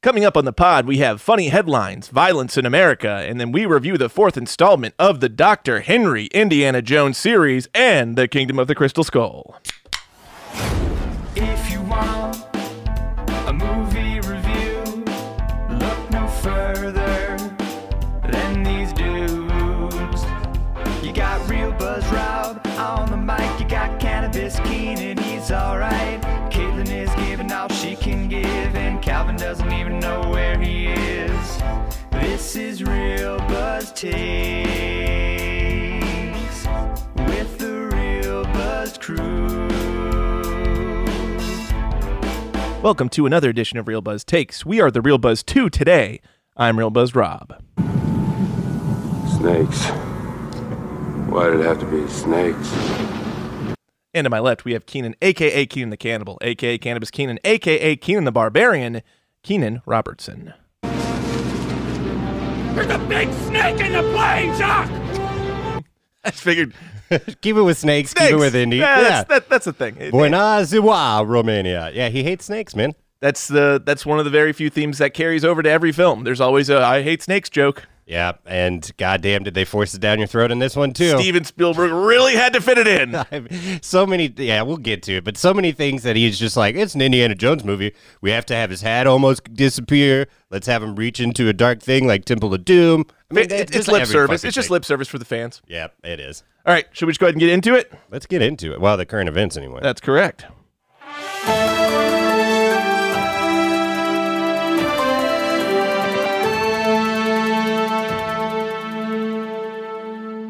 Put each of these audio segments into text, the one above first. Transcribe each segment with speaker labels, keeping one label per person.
Speaker 1: Coming up on the pod, we have funny headlines, violence in America, and then we review the fourth installment of the Dr. Henry Indiana Jones series and the Kingdom of the Crystal Skull.
Speaker 2: If you want a movie review, look no further than these dudes. You got real Buzz Rob on the mic, you got Cannabis Keenan, he's alright. Caitlin is giving all she can give, and Calvin doesn't even know where he is. This is Real Buzz Takes with the Real Buzz Crew.
Speaker 1: Welcome to another edition of Real Buzz Takes. We are the Real Buzz 2 today. I'm Real Buzz Rob.
Speaker 3: Snakes. Why did it have to be snakes?
Speaker 1: And to my left, we have Keenan, aka Keenan the Cannibal, aka Cannabis Keenan, aka Keenan the Barbarian, Keenan Robertson. There's a big snake in the plane, Jock!
Speaker 4: Keep it with snakes.
Speaker 1: I figured.
Speaker 4: Keep it with Indy.
Speaker 1: Yeah,
Speaker 4: yeah.
Speaker 1: That's, that, that's the thing. It-
Speaker 4: Buena Ziwa, Romania. Yeah, he hates snakes, man.
Speaker 1: That's the that's one of the very few themes that carries over to every film. There's always a I hate snakes joke.
Speaker 4: Yeah, and goddamn, did they force it down your throat in this one too?
Speaker 1: Steven Spielberg really had to fit it in.
Speaker 4: so many. Yeah, we'll get to it, but so many things that he's just like, it's an Indiana Jones movie. We have to have his hat almost disappear. Let's have him reach into a dark thing like Temple of Doom. I
Speaker 1: It-
Speaker 4: that-
Speaker 1: it's
Speaker 4: just
Speaker 1: lip
Speaker 4: every
Speaker 1: service.
Speaker 4: fucking
Speaker 1: It's just
Speaker 4: thing.
Speaker 1: lip service for the fans.
Speaker 4: Yeah, it is.
Speaker 1: All right, should we just go ahead and get into it?
Speaker 4: Let's get into it. Well, the current events anyway.
Speaker 1: That's correct.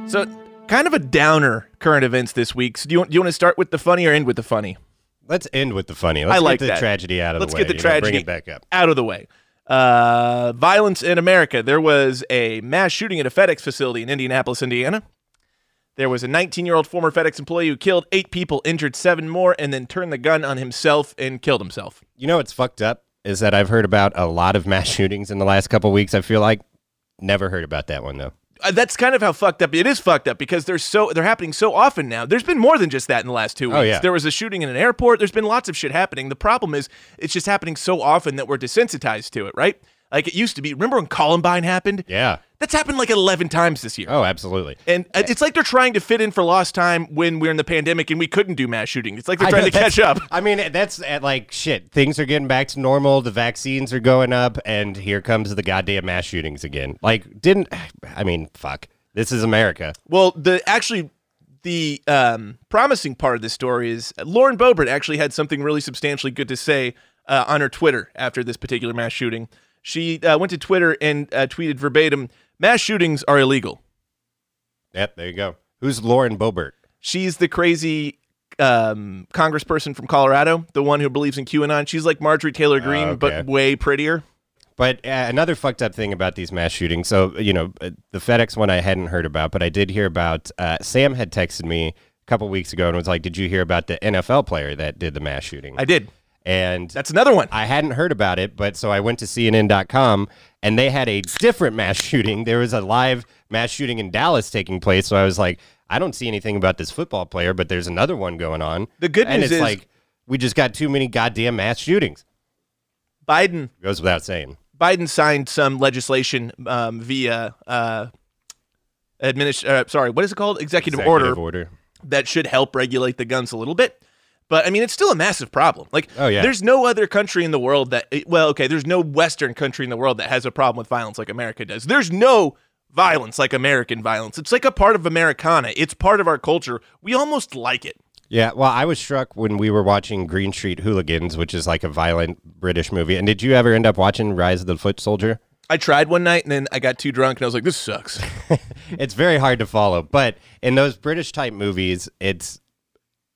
Speaker 1: So, kind of a downer current events this week. So do you want, do you want to start with the funny or end with the funny?
Speaker 4: Let's end with the funny. Let's
Speaker 1: I like
Speaker 4: get the
Speaker 1: that.
Speaker 4: tragedy out of
Speaker 1: Let's
Speaker 4: the way.
Speaker 1: get the
Speaker 4: you know,
Speaker 1: tragedy
Speaker 4: bring it back up.
Speaker 1: out of the way. Uh, violence in America. There was a mass shooting at a FedEx facility in Indianapolis, Indiana. There was a 19 year old former FedEx employee who killed eight people, injured seven more, and then turned the gun on himself and killed himself.
Speaker 4: You know what's fucked up is that I've heard about a lot of mass shootings in the last couple weeks. I feel like never heard about that one though.
Speaker 1: Uh, that's kind of how fucked up it is. Fucked up because they're so they're happening so often now. There's been more than just that in the last two weeks.
Speaker 4: Oh, yeah.
Speaker 1: There was a shooting in an airport. There's been lots of shit happening. The problem is it's just happening so often that we're desensitized to it, right? Like it used to be. Remember when Columbine happened?
Speaker 4: Yeah.
Speaker 1: That's happened like 11 times this year.
Speaker 4: Oh, absolutely.
Speaker 1: And it's like they're trying to fit in for lost time when we're in the pandemic and we couldn't do mass shooting. It's like they're
Speaker 4: I
Speaker 1: trying
Speaker 4: know,
Speaker 1: to catch
Speaker 4: that's-
Speaker 1: up.
Speaker 4: I mean, that's at like shit. Things are getting back to normal. The vaccines are going up, and here comes the goddamn mass shootings again. Like, didn't I mean? Fuck. This is America.
Speaker 1: Well, the actually the um, promising part of this story is uh, Lauren Boebert actually had something really substantially good to say uh, on her Twitter after this particular mass shooting. She uh, went to Twitter and uh, tweeted verbatim: "Mass shootings are illegal."
Speaker 4: Yep. There you go. Who's Lauren Boebert?
Speaker 1: She's the crazy um, congressperson from Colorado, the one who believes in QAnon. She's like Marjorie Taylor Greene,
Speaker 4: okay.
Speaker 1: but way prettier.
Speaker 4: But uh, another fucked up thing about these mass shootings. So you know, uh, the FedEx one I hadn't heard about, but I did hear about. Uh, Sam had texted me a couple weeks ago and was like, "Did you hear about the NFL player that did the mass shooting?"
Speaker 1: I did.
Speaker 4: and
Speaker 1: That's another one.
Speaker 4: I hadn't heard about it, but so I went to CNN.com and they had a different mass shooting. There was a live mass shooting in Dallas taking place. So I was like, I don't see anything about this football player, but there's another one going on.
Speaker 1: The good
Speaker 4: and
Speaker 1: news
Speaker 4: it's
Speaker 1: is-
Speaker 4: like we just got too many goddamn mass shootings.
Speaker 1: Biden
Speaker 4: Goes without saying.
Speaker 1: Biden signed some legislation um, via uh, administ- uh, sorry, what is it called? Executive, order,
Speaker 4: Executive order.
Speaker 1: that should help regulate the guns a little bit. But I mean, it's still a massive problem. Like,
Speaker 4: Oh, yeah.
Speaker 1: there's no other country in the world that well, okay, there's no Western country in the world that has a problem with violence like America does. There's no violence like American violence. It's like a part of Americana. It's part of our culture. We almost like it.
Speaker 4: Yeah, well, I was struck when we were watching Green Street Hooligans, which is like a violent British movie. And did you ever end up watching Rise of the Foot Soldier?
Speaker 1: I tried one night and then I got too drunk and I was like, this sucks.
Speaker 4: it's very hard to follow. But in those British type movies, it's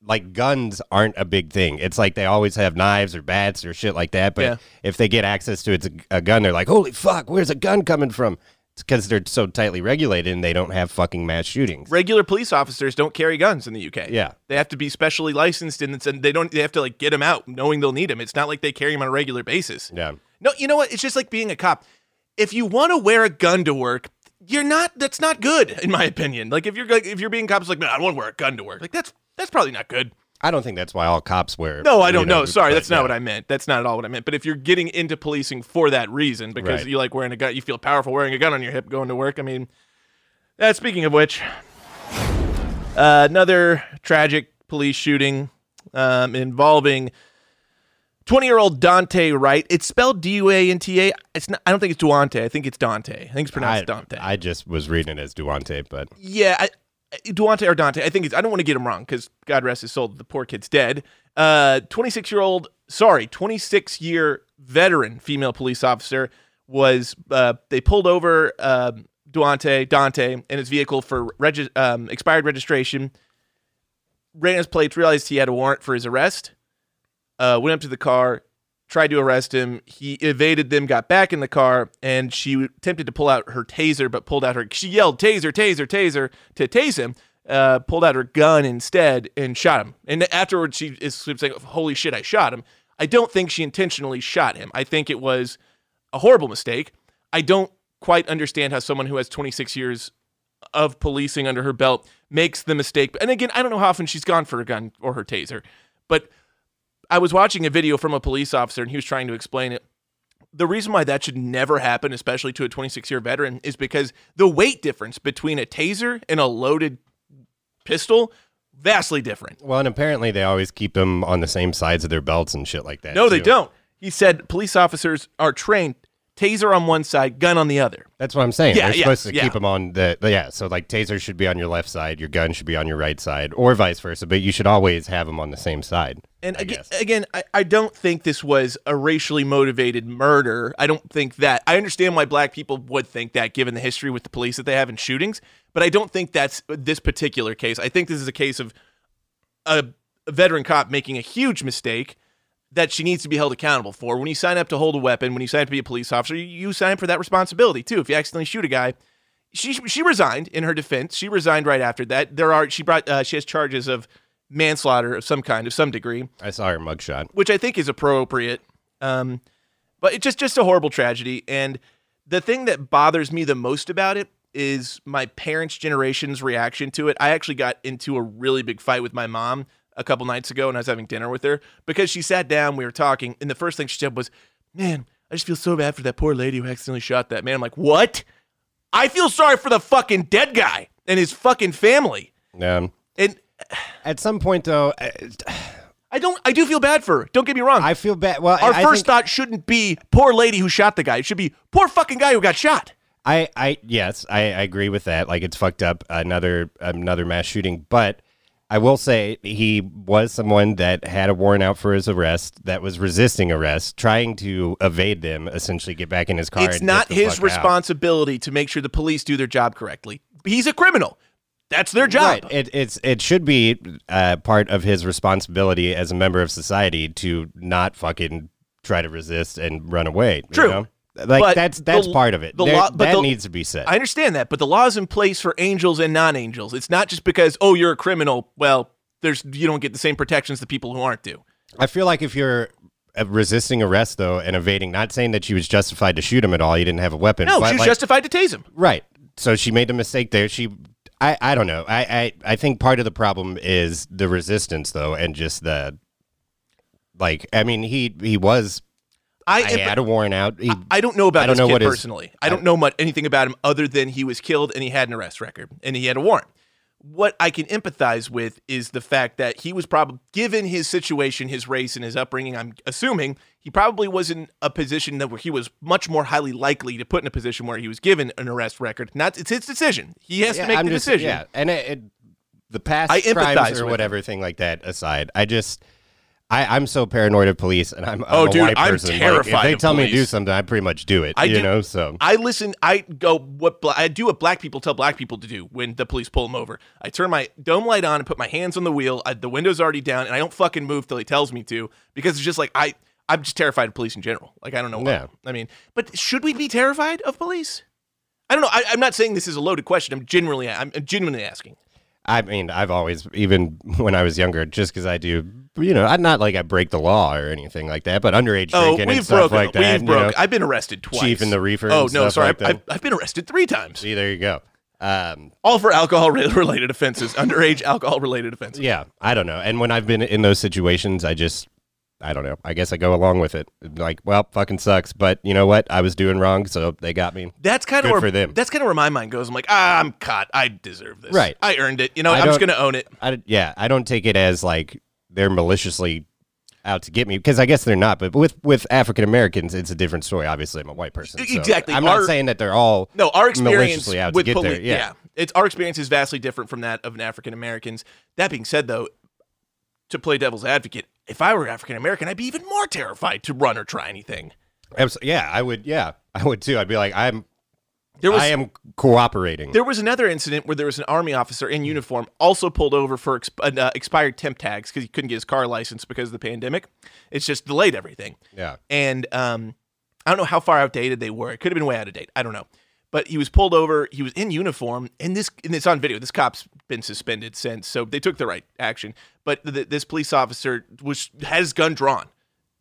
Speaker 4: like guns aren't a big thing. It's like they always have knives or bats or shit like that. But
Speaker 1: Yeah.
Speaker 4: if they get access to it's a, a gun, they're like, holy fuck, where's a gun coming from? It's because they're so tightly regulated and they don't have fucking mass shootings.
Speaker 1: Regular police officers don't carry guns in the UK.
Speaker 4: Yeah.
Speaker 1: they have to be specially licensed, and, it's, and they don't. They have to like get them out, knowing they'll need them. It's not like they carry them on a regular basis.
Speaker 4: Yeah.
Speaker 1: No, you know what? It's just like being a cop. If you want to wear a gun to work, you're not. That's not good, in my opinion. Like if you're like, if you're being cops, like man, I want to wear a gun to work. Like that's that's probably not good.
Speaker 4: I don't think that's why all cops wear.
Speaker 1: No, I don't
Speaker 4: you know,
Speaker 1: know. Sorry,
Speaker 4: but
Speaker 1: that's not
Speaker 4: yeah.
Speaker 1: what I meant. That's not at all what I meant. But if you're getting into policing for that reason, because
Speaker 4: Right.
Speaker 1: you like wearing a gun, you feel powerful wearing a gun on your hip going to work. I mean, uh, speaking of which, uh, another tragic police shooting um, involving 20 year old Dante Wright. It's spelled D U A N T A. It's not. I don't think it's Duante. I think it's Dante. I think it's pronounced Dante.
Speaker 4: I just was reading it as Duante, but
Speaker 1: Yeah, I, I- Duante or Dante. I think it's, I don't want to get him wrong because God rest his soul, the poor kid's dead. Uh, 26 year old, sorry, 26 year veteran female police officer was. Uh, they pulled over um Duante Dante and his vehicle for regi- um, expired registration. Ran his plates, realized he had a warrant for his arrest. Uh, went up to the car, tried to arrest him. He evaded them, got back in the car, and she attempted to pull out her taser, but pulled out her. She yelled, "Taser! Taser! Taser!" to tase him. Uh, pulled out her gun instead and shot him. And afterwards, she is saying, "Holy shit! I shot him." I don't think she intentionally shot him. I think it was a horrible mistake. I don't quite understand how someone who has 26 years of policing under her belt makes the mistake. And again, I don't know how often she's gone for a gun or her taser, but I was watching a video from a police officer and he was trying to explain it. The reason why that should never happen, especially to a 26 year veteran, is because the weight difference between a taser and a loaded pistol vastly different.
Speaker 4: well, and apparently they always keep them on the same sides of their belts and shit like that.
Speaker 1: No, they
Speaker 4: too.
Speaker 1: don't. He said police officers are trained taser on one side, gun on the other.
Speaker 4: That's what I'm saying.
Speaker 1: Yeah,
Speaker 4: They're
Speaker 1: yeah,
Speaker 4: supposed to
Speaker 1: yeah.
Speaker 4: keep them on the yeah. So like taser should be on your left side, your gun should be on your right side, or vice versa. But you should always have them on the same side.
Speaker 1: And
Speaker 4: I
Speaker 1: again,
Speaker 4: guess.
Speaker 1: again I, I don't think this was a racially motivated murder. I don't think that. I understand why black people would think that, given the history with the police that they have in shootings, but I don't think that's this particular case. I think this is a case of a, a veteran cop making a huge mistake that she needs to be held accountable for. When you sign up to hold a weapon, when you sign up to be a police officer, you, you sign up for that responsibility too. If you accidentally shoot a guy, she she resigned in her defense. She resigned right after that. There are she brought uh, she has charges of manslaughter of some kind of some degree
Speaker 4: I saw her mugshot.
Speaker 1: which I think is appropriate. Um, but it's just just a horrible tragedy. And the thing that bothers me the most about it is my parents' generation's reaction to it. I actually got into a really big fight with my mom a couple nights ago, and I was having dinner with her because she sat down, we were talking, and the first thing she said was, "Man, I just feel so bad for that poor lady who accidentally shot that man." I'm like, "What? I feel sorry for the fucking dead guy and his fucking family."
Speaker 4: Um,
Speaker 1: And
Speaker 4: at some point though, I,
Speaker 1: I don't. I do feel bad for her. Don't get me wrong.
Speaker 4: I feel bad. Well,
Speaker 1: Our
Speaker 4: I
Speaker 1: first
Speaker 4: think-
Speaker 1: thought shouldn't be poor lady who shot the guy. It should be poor fucking guy who got shot.
Speaker 4: I, I yes, I, I agree with that. Like it's fucked up another another mass shooting, but I will say he was someone that had a warrant out for his arrest, that was resisting arrest, trying to evade them, essentially get back in his car.
Speaker 1: it's
Speaker 4: and
Speaker 1: not
Speaker 4: get the
Speaker 1: his
Speaker 4: fuck out.
Speaker 1: responsibility to make sure the police do their job correctly. He's a criminal. That's their job.
Speaker 4: Right. It, it's it should be uh, part of his responsibility as a member of society to not fucking try to resist and run away. you
Speaker 1: True.
Speaker 4: know? Like
Speaker 1: But
Speaker 4: that's
Speaker 1: the-
Speaker 4: that's part of it.
Speaker 1: the
Speaker 4: There-
Speaker 1: law- but
Speaker 4: that
Speaker 1: the-
Speaker 4: needs to be said.
Speaker 1: I understand that, but the law's in place for angels and non-angels. It's not just because oh you're a criminal. Well, there's you don't get the same protections the people who aren't do.
Speaker 4: I feel like if you're uh, resisting arrest though and evading, not saying that she was justified to shoot him at all, you didn't have a weapon.
Speaker 1: No,
Speaker 4: but,
Speaker 1: she was
Speaker 4: like-
Speaker 1: justified to tase him.
Speaker 4: Right. So she made a mistake there. She, I, I don't know. I, I, I think part of the problem is the resistance though, and just the, like, I mean, he he was.
Speaker 1: I,
Speaker 4: I
Speaker 1: am-
Speaker 4: had a warrant out. He,
Speaker 1: I don't know about
Speaker 4: I don't
Speaker 1: this
Speaker 4: know
Speaker 1: kid
Speaker 4: what his-
Speaker 1: personally. I don't know much anything about him other than he was killed and he had an arrest record and he had a warrant. What I can empathize with is the fact that he was probably, given his situation, his race, and his upbringing. I'm assuming he probably was in a position that where he was much more highly likely to put in a position where he was given an arrest record. Not it's his decision. He has
Speaker 4: Yeah,
Speaker 1: to make
Speaker 4: I'm
Speaker 1: the
Speaker 4: just-
Speaker 1: decision.
Speaker 4: Yeah, and it, it, the past
Speaker 1: I empathize
Speaker 4: crimes
Speaker 1: with
Speaker 4: or
Speaker 1: him.
Speaker 4: whatever thing like that aside, I just I, I'm so paranoid of police, and I'm, I'm
Speaker 1: Oh,
Speaker 4: a
Speaker 1: dude,
Speaker 4: white
Speaker 1: I'm
Speaker 4: person. Like,
Speaker 1: terrified
Speaker 4: if they
Speaker 1: of
Speaker 4: tell me to do
Speaker 1: police.
Speaker 4: something, I pretty much do it.
Speaker 1: I
Speaker 4: you
Speaker 1: do-
Speaker 4: know, so
Speaker 1: I listen. I go what bla- I do what black people tell black people to do when the police pull them over. I turn my dome light on and put my hands on the wheel. I, the window's already down, and I don't fucking move till he tells me to because it's just like I I'm just terrified of police in general. Like I don't know why.
Speaker 4: Yeah.
Speaker 1: I mean, but should we be terrified of police? I don't know. I, I'm not saying this is a loaded question. I'm generally I'm genuinely asking.
Speaker 4: I mean, I've always, even when I was younger, just because I do, you know, I'm not like I break the law or anything like that, but underage
Speaker 1: Oh,
Speaker 4: drinking and
Speaker 1: we've
Speaker 4: stuff
Speaker 1: broken.
Speaker 4: like that.
Speaker 1: we've
Speaker 4: you
Speaker 1: broke.
Speaker 4: know.
Speaker 1: I've been arrested twice.
Speaker 4: Chief and the reefer
Speaker 1: Oh
Speaker 4: and
Speaker 1: no,
Speaker 4: stuff
Speaker 1: sorry.
Speaker 4: like that.
Speaker 1: I've, I've been arrested three times,
Speaker 4: See, there you go. Um,
Speaker 1: all for alcohol re- related offenses, underage alcohol related offenses.
Speaker 4: yeah, I don't know. And when I've been in those situations, I just, I don't know. I guess I go along with it. Like, well, fucking sucks, but you know what? I was doing wrong, so they got me.
Speaker 1: That's kind of
Speaker 4: Good
Speaker 1: where
Speaker 4: for them.
Speaker 1: that's kind of where my mind goes. I'm like, ah, I'm caught. I deserve this.
Speaker 4: Right.
Speaker 1: I earned it. You know,
Speaker 4: I
Speaker 1: I'm just
Speaker 4: don't-
Speaker 1: gonna own it.
Speaker 4: I, d- yeah, I don't take it as like they're maliciously out to get me because I guess they're not. But with with African Americans, it's a different story. Obviously, I'm a white person. so
Speaker 1: E, Exactly.
Speaker 4: I'm
Speaker 1: Our-
Speaker 4: not saying that they're all
Speaker 1: No, our experience
Speaker 4: maliciously out
Speaker 1: with
Speaker 4: to get
Speaker 1: police.
Speaker 4: there. Yeah.
Speaker 1: it's our experience is vastly different from that of an African Americans. That being said, though, to play devil's advocate, if I were African American, I'd be even more terrified to run or try anything.
Speaker 4: Abs- yeah, I would. Yeah, I would too. I'd be like, I'm.
Speaker 1: There was
Speaker 4: I am cooperating.
Speaker 1: There was another incident where there was an army officer
Speaker 4: Hmm.
Speaker 1: in uniform also pulled over for exp- uh, expired temp tags because he couldn't get his car license because of the pandemic. It's just delayed everything.
Speaker 4: Yeah.
Speaker 1: And um, I don't know how far outdated they were. It could have been way out of date. I don't know. But he was pulled over. He was in uniform, and this and it's on video. This cop's been suspended since, so they took the right action. But th- this police officer was had his gun drawn,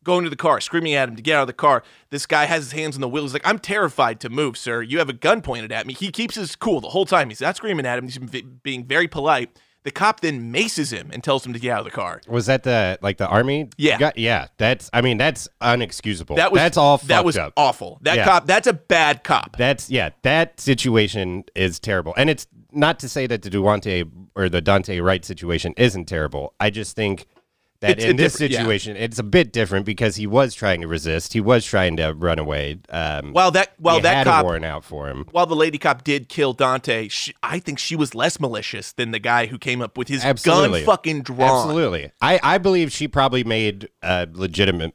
Speaker 1: going to the car, screaming at him to get out of the car. This guy has his hands on the wheel. He's like, "I'm terrified to move, sir. You have a gun pointed at me." He keeps his cool the whole time. He's not screaming at him. He's v- being very polite. The cop then maces him and tells him to get out of the car.
Speaker 4: was that the like the army?
Speaker 1: Yeah.
Speaker 4: guy? yeah. That's. I mean, that's unexcusable.
Speaker 1: That was
Speaker 4: that's all. Fucked
Speaker 1: That was
Speaker 4: up.
Speaker 1: awful. That
Speaker 4: Yeah.
Speaker 1: cop. That's a bad cop.
Speaker 4: That's yeah. That situation is terrible, and it's not to say that the Duante or the Dante Wright situation isn't terrible. I just think that
Speaker 1: It's a
Speaker 4: in this
Speaker 1: different- yeah.
Speaker 4: situation, it's a bit different because he was trying to resist. He was trying to run away. Um,
Speaker 1: While that while
Speaker 4: he
Speaker 1: that
Speaker 4: had
Speaker 1: cop
Speaker 4: a warrant out for him.
Speaker 1: while the lady cop did kill Dante, she, I think she was less malicious than the guy who came up with his
Speaker 4: Absolutely.
Speaker 1: gun fucking drawn.
Speaker 4: Absolutely, I I believe she probably made a legitimate.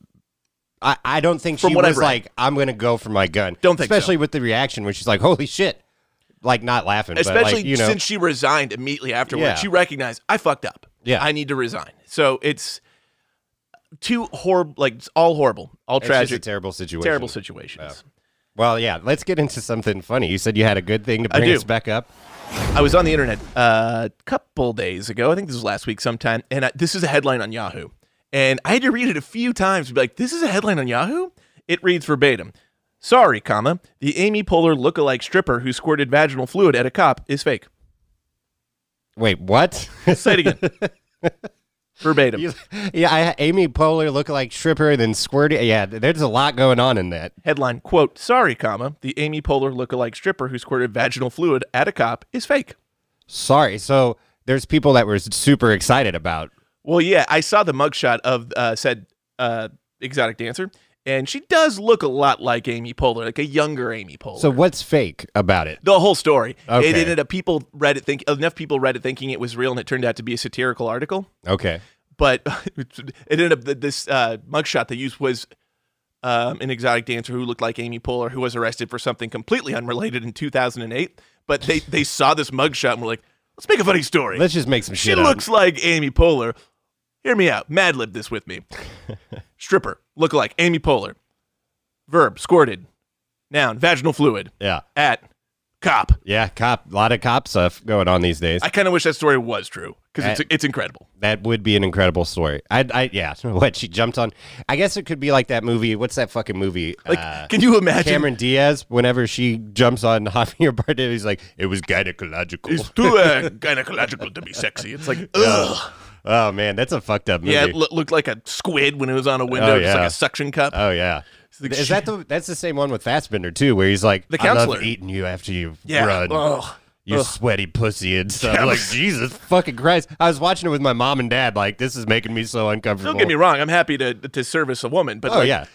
Speaker 4: I, I don't think
Speaker 1: From
Speaker 4: she
Speaker 1: what I
Speaker 4: was
Speaker 1: read.
Speaker 4: like I'm gonna go for my gun.
Speaker 1: Don't think so.
Speaker 4: especially with the reaction when she's like, "Holy shit!" Like not laughing,
Speaker 1: Especially
Speaker 4: but like, you know,
Speaker 1: since she resigned immediately afterward.
Speaker 4: Yeah.
Speaker 1: She recognized I fucked up.
Speaker 4: Yeah.
Speaker 1: I need to resign. So it's two horrible, like it's all horrible, all
Speaker 4: it's just a
Speaker 1: tragic,
Speaker 4: terrible situation.
Speaker 1: terrible situations.
Speaker 4: Well, yeah, let's get into something funny. You said you had a good thing to
Speaker 1: I
Speaker 4: bring
Speaker 1: do.
Speaker 4: us back up.
Speaker 1: I was on the internet uh, a couple days ago. I think this was last week sometime. And I, this is a headline on Yahoo. And I had to read it a few times to be like, this is a headline on Yahoo? It reads verbatim. Sorry, comma, the Amy Poehler lookalike stripper who squirted vaginal fluid at a cop is fake.
Speaker 4: Wait, what?
Speaker 1: Say it again. verbatim.
Speaker 4: You- yeah, I, Amy Poehler looked like stripper, then squirty. Yeah, th- there's a lot going on in that.
Speaker 1: Headline, quote, sorry, comma, the Amy Poehler lookalike stripper who squirted vaginal fluid at a cop is fake.
Speaker 4: Sorry. So there's people that were super excited about.
Speaker 1: Well, yeah, I saw the mugshot of uh, said uh, exotic dancer, and she does look a lot like Amy Poehler, like a younger Amy Poehler.
Speaker 4: So what's fake about it?
Speaker 1: the whole story.
Speaker 4: Okay.
Speaker 1: It ended up people read it think enough people read it thinking it was real, and it turned out to be a satirical article.
Speaker 4: Okay.
Speaker 1: But it ended up that this uh, mugshot they used was. Um, an exotic dancer who looked like Amy Poehler, who was arrested for something completely unrelated in 2008. But they, they saw this mugshot and were like, let's make a funny story.
Speaker 4: Let's just make some
Speaker 1: She
Speaker 4: shit up.
Speaker 1: looks like Amy Poehler. Hear me out. Mad lib this with me. Stripper, look alike, Amy Poehler. Verb, squirted. Noun, vaginal fluid.
Speaker 4: Yeah.
Speaker 1: At cop.
Speaker 4: Yeah, cop. A lot of cop stuff going on these days.
Speaker 1: I kind of wish that story was true because it's,
Speaker 4: At-
Speaker 1: it's incredible.
Speaker 4: that would be an incredible story. I, I, yeah. What she jumped on. I guess it could be like that movie. What's that fucking movie?
Speaker 1: Like,
Speaker 4: Uh,
Speaker 1: can you imagine?
Speaker 4: Cameron Diaz, whenever she jumps on Javier Bardem, he's like, "It was gynecological."
Speaker 1: it's too uh, gynecological to be sexy. It's like, ugh.
Speaker 4: oh man, that's a fucked up movie.
Speaker 1: Yeah, it loo- looked like a squid when it was on a window,
Speaker 4: Oh,
Speaker 1: just like
Speaker 4: yeah.
Speaker 1: a suction cup.
Speaker 4: oh yeah.
Speaker 1: like
Speaker 4: Is
Speaker 1: she-
Speaker 4: that the? That's the same one with Fassbender too, where he's like,
Speaker 1: The
Speaker 4: "I
Speaker 1: counselor."
Speaker 4: love eating you after you
Speaker 1: yeah.
Speaker 4: run."
Speaker 1: Ugh.
Speaker 4: You
Speaker 1: Ugh.
Speaker 4: sweaty pussy and stuff.
Speaker 1: Yeah.
Speaker 4: Like Jesus fucking Christ! I was watching it with my mom and dad. Like this is making me so uncomfortable.
Speaker 1: Don't get me wrong. I'm happy to to service a woman, but
Speaker 4: Oh
Speaker 1: like,
Speaker 4: yeah,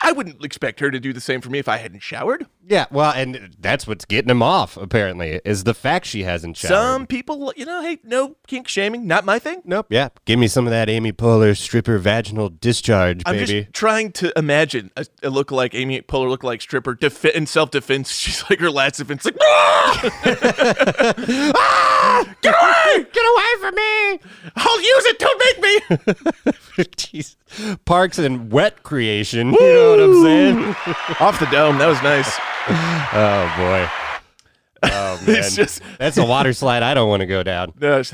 Speaker 1: I wouldn't expect her to do the same for me if I hadn't showered.
Speaker 4: Yeah, well, and that's what's getting him off. Apparently, is the fact she hasn't showered.
Speaker 1: Some people, you know, hey, no kink shaming, not my thing.
Speaker 4: Nope. Yeah, give me some of that Amy Poehler stripper vaginal discharge,
Speaker 1: I'm
Speaker 4: baby.
Speaker 1: just trying to imagine a, a look like Amy Poehler look like stripper def- in self defense. She's like her last defense, like, "Ah! Ah! get away,
Speaker 4: Get away from me!
Speaker 1: I'll use it. Don't make me.
Speaker 4: Jeez. Parks and wet creation. You know what I'm saying?
Speaker 1: Off the dome, that was nice.
Speaker 4: Oh boy. Oh man.
Speaker 1: It's just-
Speaker 4: That's a water slide I don't want to go down.
Speaker 1: No, it's-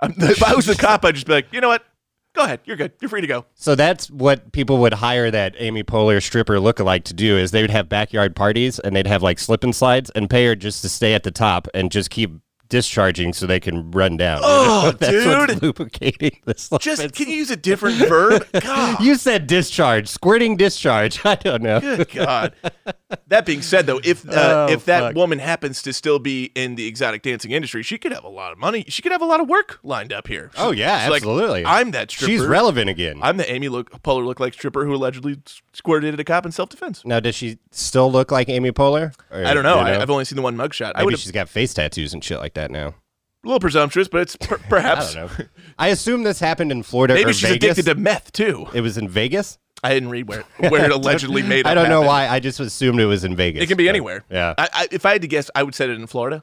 Speaker 1: I'm- if I was the cop, I'd just be like, you know what? Go ahead, you're good, you're free to go.
Speaker 4: So that's what people would hire that Amy Poehler stripper lookalike to do is they would have backyard parties and they'd have like slip and slides and pay her just to stay at the top and just keep discharging so they can run down.
Speaker 1: Oh,
Speaker 4: that's what's
Speaker 1: dude.
Speaker 4: lubricating the slip.
Speaker 1: Just can you use a different verb? God,
Speaker 4: you said discharge, squirting discharge. I don't know.
Speaker 1: good God. That being said, though, if uh,
Speaker 4: Oh,
Speaker 1: if that
Speaker 4: fuck.
Speaker 1: woman happens to still be in the exotic dancing industry, she could have a lot of money. She could have a lot of work lined up here.
Speaker 4: Oh yeah,
Speaker 1: She's like,
Speaker 4: absolutely.
Speaker 1: I'm that stripper.
Speaker 4: She's relevant again.
Speaker 1: I'm the Amy look, Poehler look like stripper who allegedly s- squirted at a cop in self defense.
Speaker 4: now, does she still look like Amy Poehler? Or,
Speaker 1: I don't know.
Speaker 4: you
Speaker 1: I, I've only seen the one mugshot. I
Speaker 4: Maybe
Speaker 1: would
Speaker 4: she's got face tattoos and shit like that now.
Speaker 1: a little presumptuous, but it's per- perhaps
Speaker 4: I don't know. I assume this happened in Florida
Speaker 1: maybe
Speaker 4: or
Speaker 1: she's
Speaker 4: Vegas.
Speaker 1: addicted to meth too.
Speaker 4: it was in Vegas.
Speaker 1: I didn't read where where it allegedly made.
Speaker 4: I
Speaker 1: up
Speaker 4: don't know
Speaker 1: happen.
Speaker 4: why. I just assumed it was in Vegas.
Speaker 1: It can be
Speaker 4: but-
Speaker 1: anywhere.
Speaker 4: Yeah,
Speaker 1: I, I, if I had to guess, I would set it in Florida.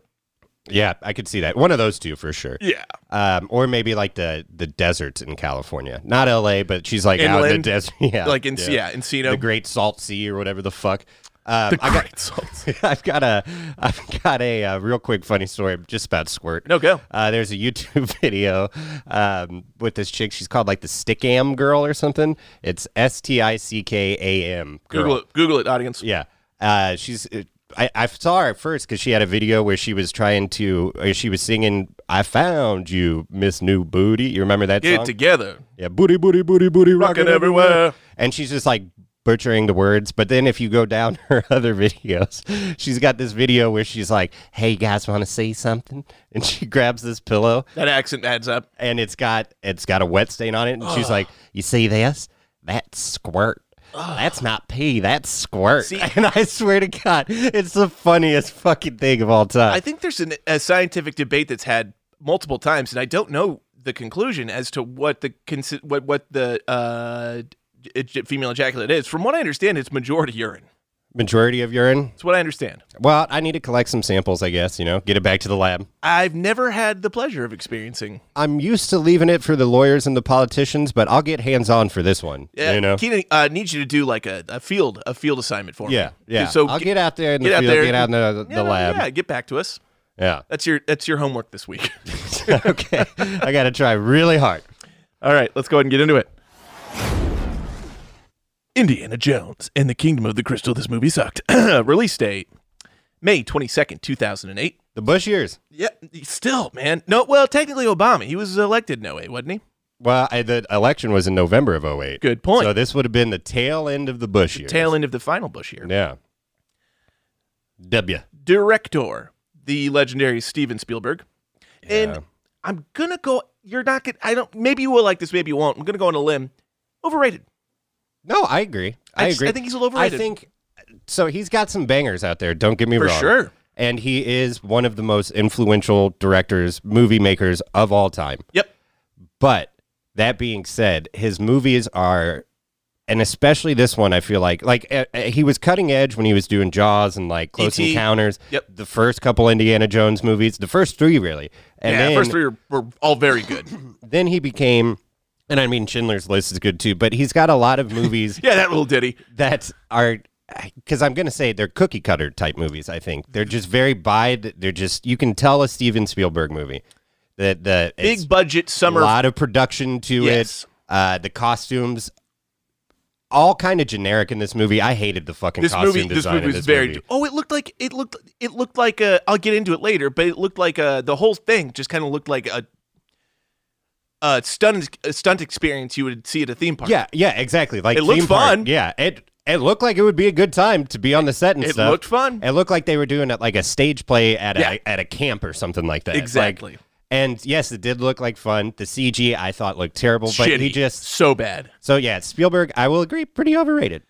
Speaker 4: yeah, I could see that. One of those two for sure.
Speaker 1: Yeah.
Speaker 4: Um, or maybe like the the desert in California, not L.A., but she's like out in
Speaker 1: Inland?
Speaker 4: the desert. Yeah,
Speaker 1: like in yeah, Encino.
Speaker 4: the Great Salt Sea or whatever the fuck. Um,
Speaker 1: The
Speaker 4: I got,
Speaker 1: Great Salt Sea.
Speaker 4: I've got a, I've got a, uh real quick funny story just about squirt.
Speaker 1: No, go.
Speaker 4: Uh, there's a YouTube video um, with this chick. She's called like the Stickam girl or something. It's S T I C K A M. girl.
Speaker 1: Google it. Google it, audience.
Speaker 4: Yeah. Uh, she's. I, I saw her first because she had a video where she was trying to. Or she was singing "I Found You, Miss New Booty." You remember that
Speaker 1: Get
Speaker 4: song?
Speaker 1: it together.
Speaker 4: yeah, booty, booty, booty, booty,
Speaker 1: Rocking
Speaker 4: rocking everywhere.
Speaker 1: everywhere.
Speaker 4: And she's just like butchering the words. But then if you go down her other videos, she's got this video where she's like, "Hey, you guys, want to see something?" And she grabs this pillow
Speaker 1: That accent adds up.
Speaker 4: and it's got it's got a wet stain on it, and she's like, "You see this? That's squirt." That's not pee. That's squirt.
Speaker 1: See-
Speaker 4: and I swear to God, it's the funniest fucking thing of all
Speaker 1: I
Speaker 4: time.
Speaker 1: think there's an, a scientific debate that's had multiple times, and I don't know the conclusion as to what the consi- what what the uh, ej- female ejaculate is. From what I understand, it's majority urine.
Speaker 4: Majority of urine.
Speaker 1: That's what I understand.
Speaker 4: Well, I need to collect some samples, I guess. You know, get it back to the lab.
Speaker 1: I've never had the pleasure of experiencing. uh,
Speaker 4: I'm used to leaving it for the lawyers and the politicians, but I'll get hands on for this one.
Speaker 1: Yeah,
Speaker 4: you know.
Speaker 1: Keenan uh, needs you to do like a, a field a field assignment for me.
Speaker 4: yeah, yeah.
Speaker 1: So
Speaker 4: I'll get out there in the
Speaker 1: get out
Speaker 4: field,
Speaker 1: there
Speaker 4: get out in the,
Speaker 1: Yeah,
Speaker 4: the
Speaker 1: no,
Speaker 4: lab.
Speaker 1: Yeah, get back to us.
Speaker 4: yeah.
Speaker 1: That's your that's your homework this week.
Speaker 4: okay. I got to try really hard.
Speaker 1: All right, let's go ahead and get into it. Indiana Jones and the Kingdom of the Crystal. This movie sucked. Release date May twenty second, two thousand and eight.
Speaker 4: The Bush years.
Speaker 1: Yeah, still, man. No, well, technically Obama. He was elected no way, wasn't he?
Speaker 4: Well, I, the election was in November of 08.
Speaker 1: Good point.
Speaker 4: So this would have been the tail end of the Bush years.
Speaker 1: Tail end of the final Bush year.
Speaker 4: Yeah. W.
Speaker 1: Director, the legendary Steven Spielberg.
Speaker 4: Yeah.
Speaker 1: And I'm gonna go. You're not gonna. I don't. Maybe you will like this. Maybe you won't. I'm gonna go on a limb. Overrated.
Speaker 4: No, I agree.
Speaker 1: I
Speaker 4: I,
Speaker 1: just-
Speaker 4: agree.
Speaker 1: I think he's a little overrated.
Speaker 4: I think so. He's got some bangers out there. Don't get me
Speaker 1: For
Speaker 4: wrong.
Speaker 1: sure.
Speaker 4: And he is one of the most influential directors, movie makers of all time.
Speaker 1: Yep.
Speaker 4: But that being said, his movies are, and especially this one, I feel like like uh, uh, he was cutting edge when he was doing Jaws and like Close
Speaker 1: E.T..
Speaker 4: Encounters.
Speaker 1: E Yep.
Speaker 4: The first couple Indiana Jones movies, the first three really, and
Speaker 1: yeah,
Speaker 4: then
Speaker 1: first three were, were all very good.
Speaker 4: then he became, and I mean Schindler's List is good too, but he's got a lot of movies
Speaker 1: yeah, that little ditty.
Speaker 4: that are because I'm going to say they're cookie cutter type movies. I think they're just very by. the- They're just you can tell a Steven Spielberg movie that the it's
Speaker 1: Big budget summer
Speaker 4: a lot of production to
Speaker 1: Yes.
Speaker 4: it. Uh, the costumes. All kind of generic in this movie. I hated the fucking
Speaker 1: this
Speaker 4: costume
Speaker 1: movie this
Speaker 4: design
Speaker 1: movie
Speaker 4: in
Speaker 1: was
Speaker 4: this
Speaker 1: very
Speaker 4: movie.
Speaker 1: oh it looked like it looked it looked like a i'll get into it later but it looked like a the whole thing just kind of looked like a a stunt a stunt experience you would see at a theme park
Speaker 4: Yeah, yeah, exactly. Like
Speaker 1: It looked
Speaker 4: theme park-
Speaker 1: fun.
Speaker 4: Yeah, it it looked like it would be a good time to be on the set and
Speaker 1: It
Speaker 4: stuff.
Speaker 1: looked fun.
Speaker 4: It looked like they were doing it like a stage play at
Speaker 1: Yeah.
Speaker 4: a at a camp or something like that. Like,
Speaker 1: Exactly.
Speaker 4: and yes, it did look like fun. The CG I thought looked terrible, but
Speaker 1: Shitty.
Speaker 4: he just
Speaker 1: so bad
Speaker 4: so yeah. Spielberg, I will agree, pretty overrated.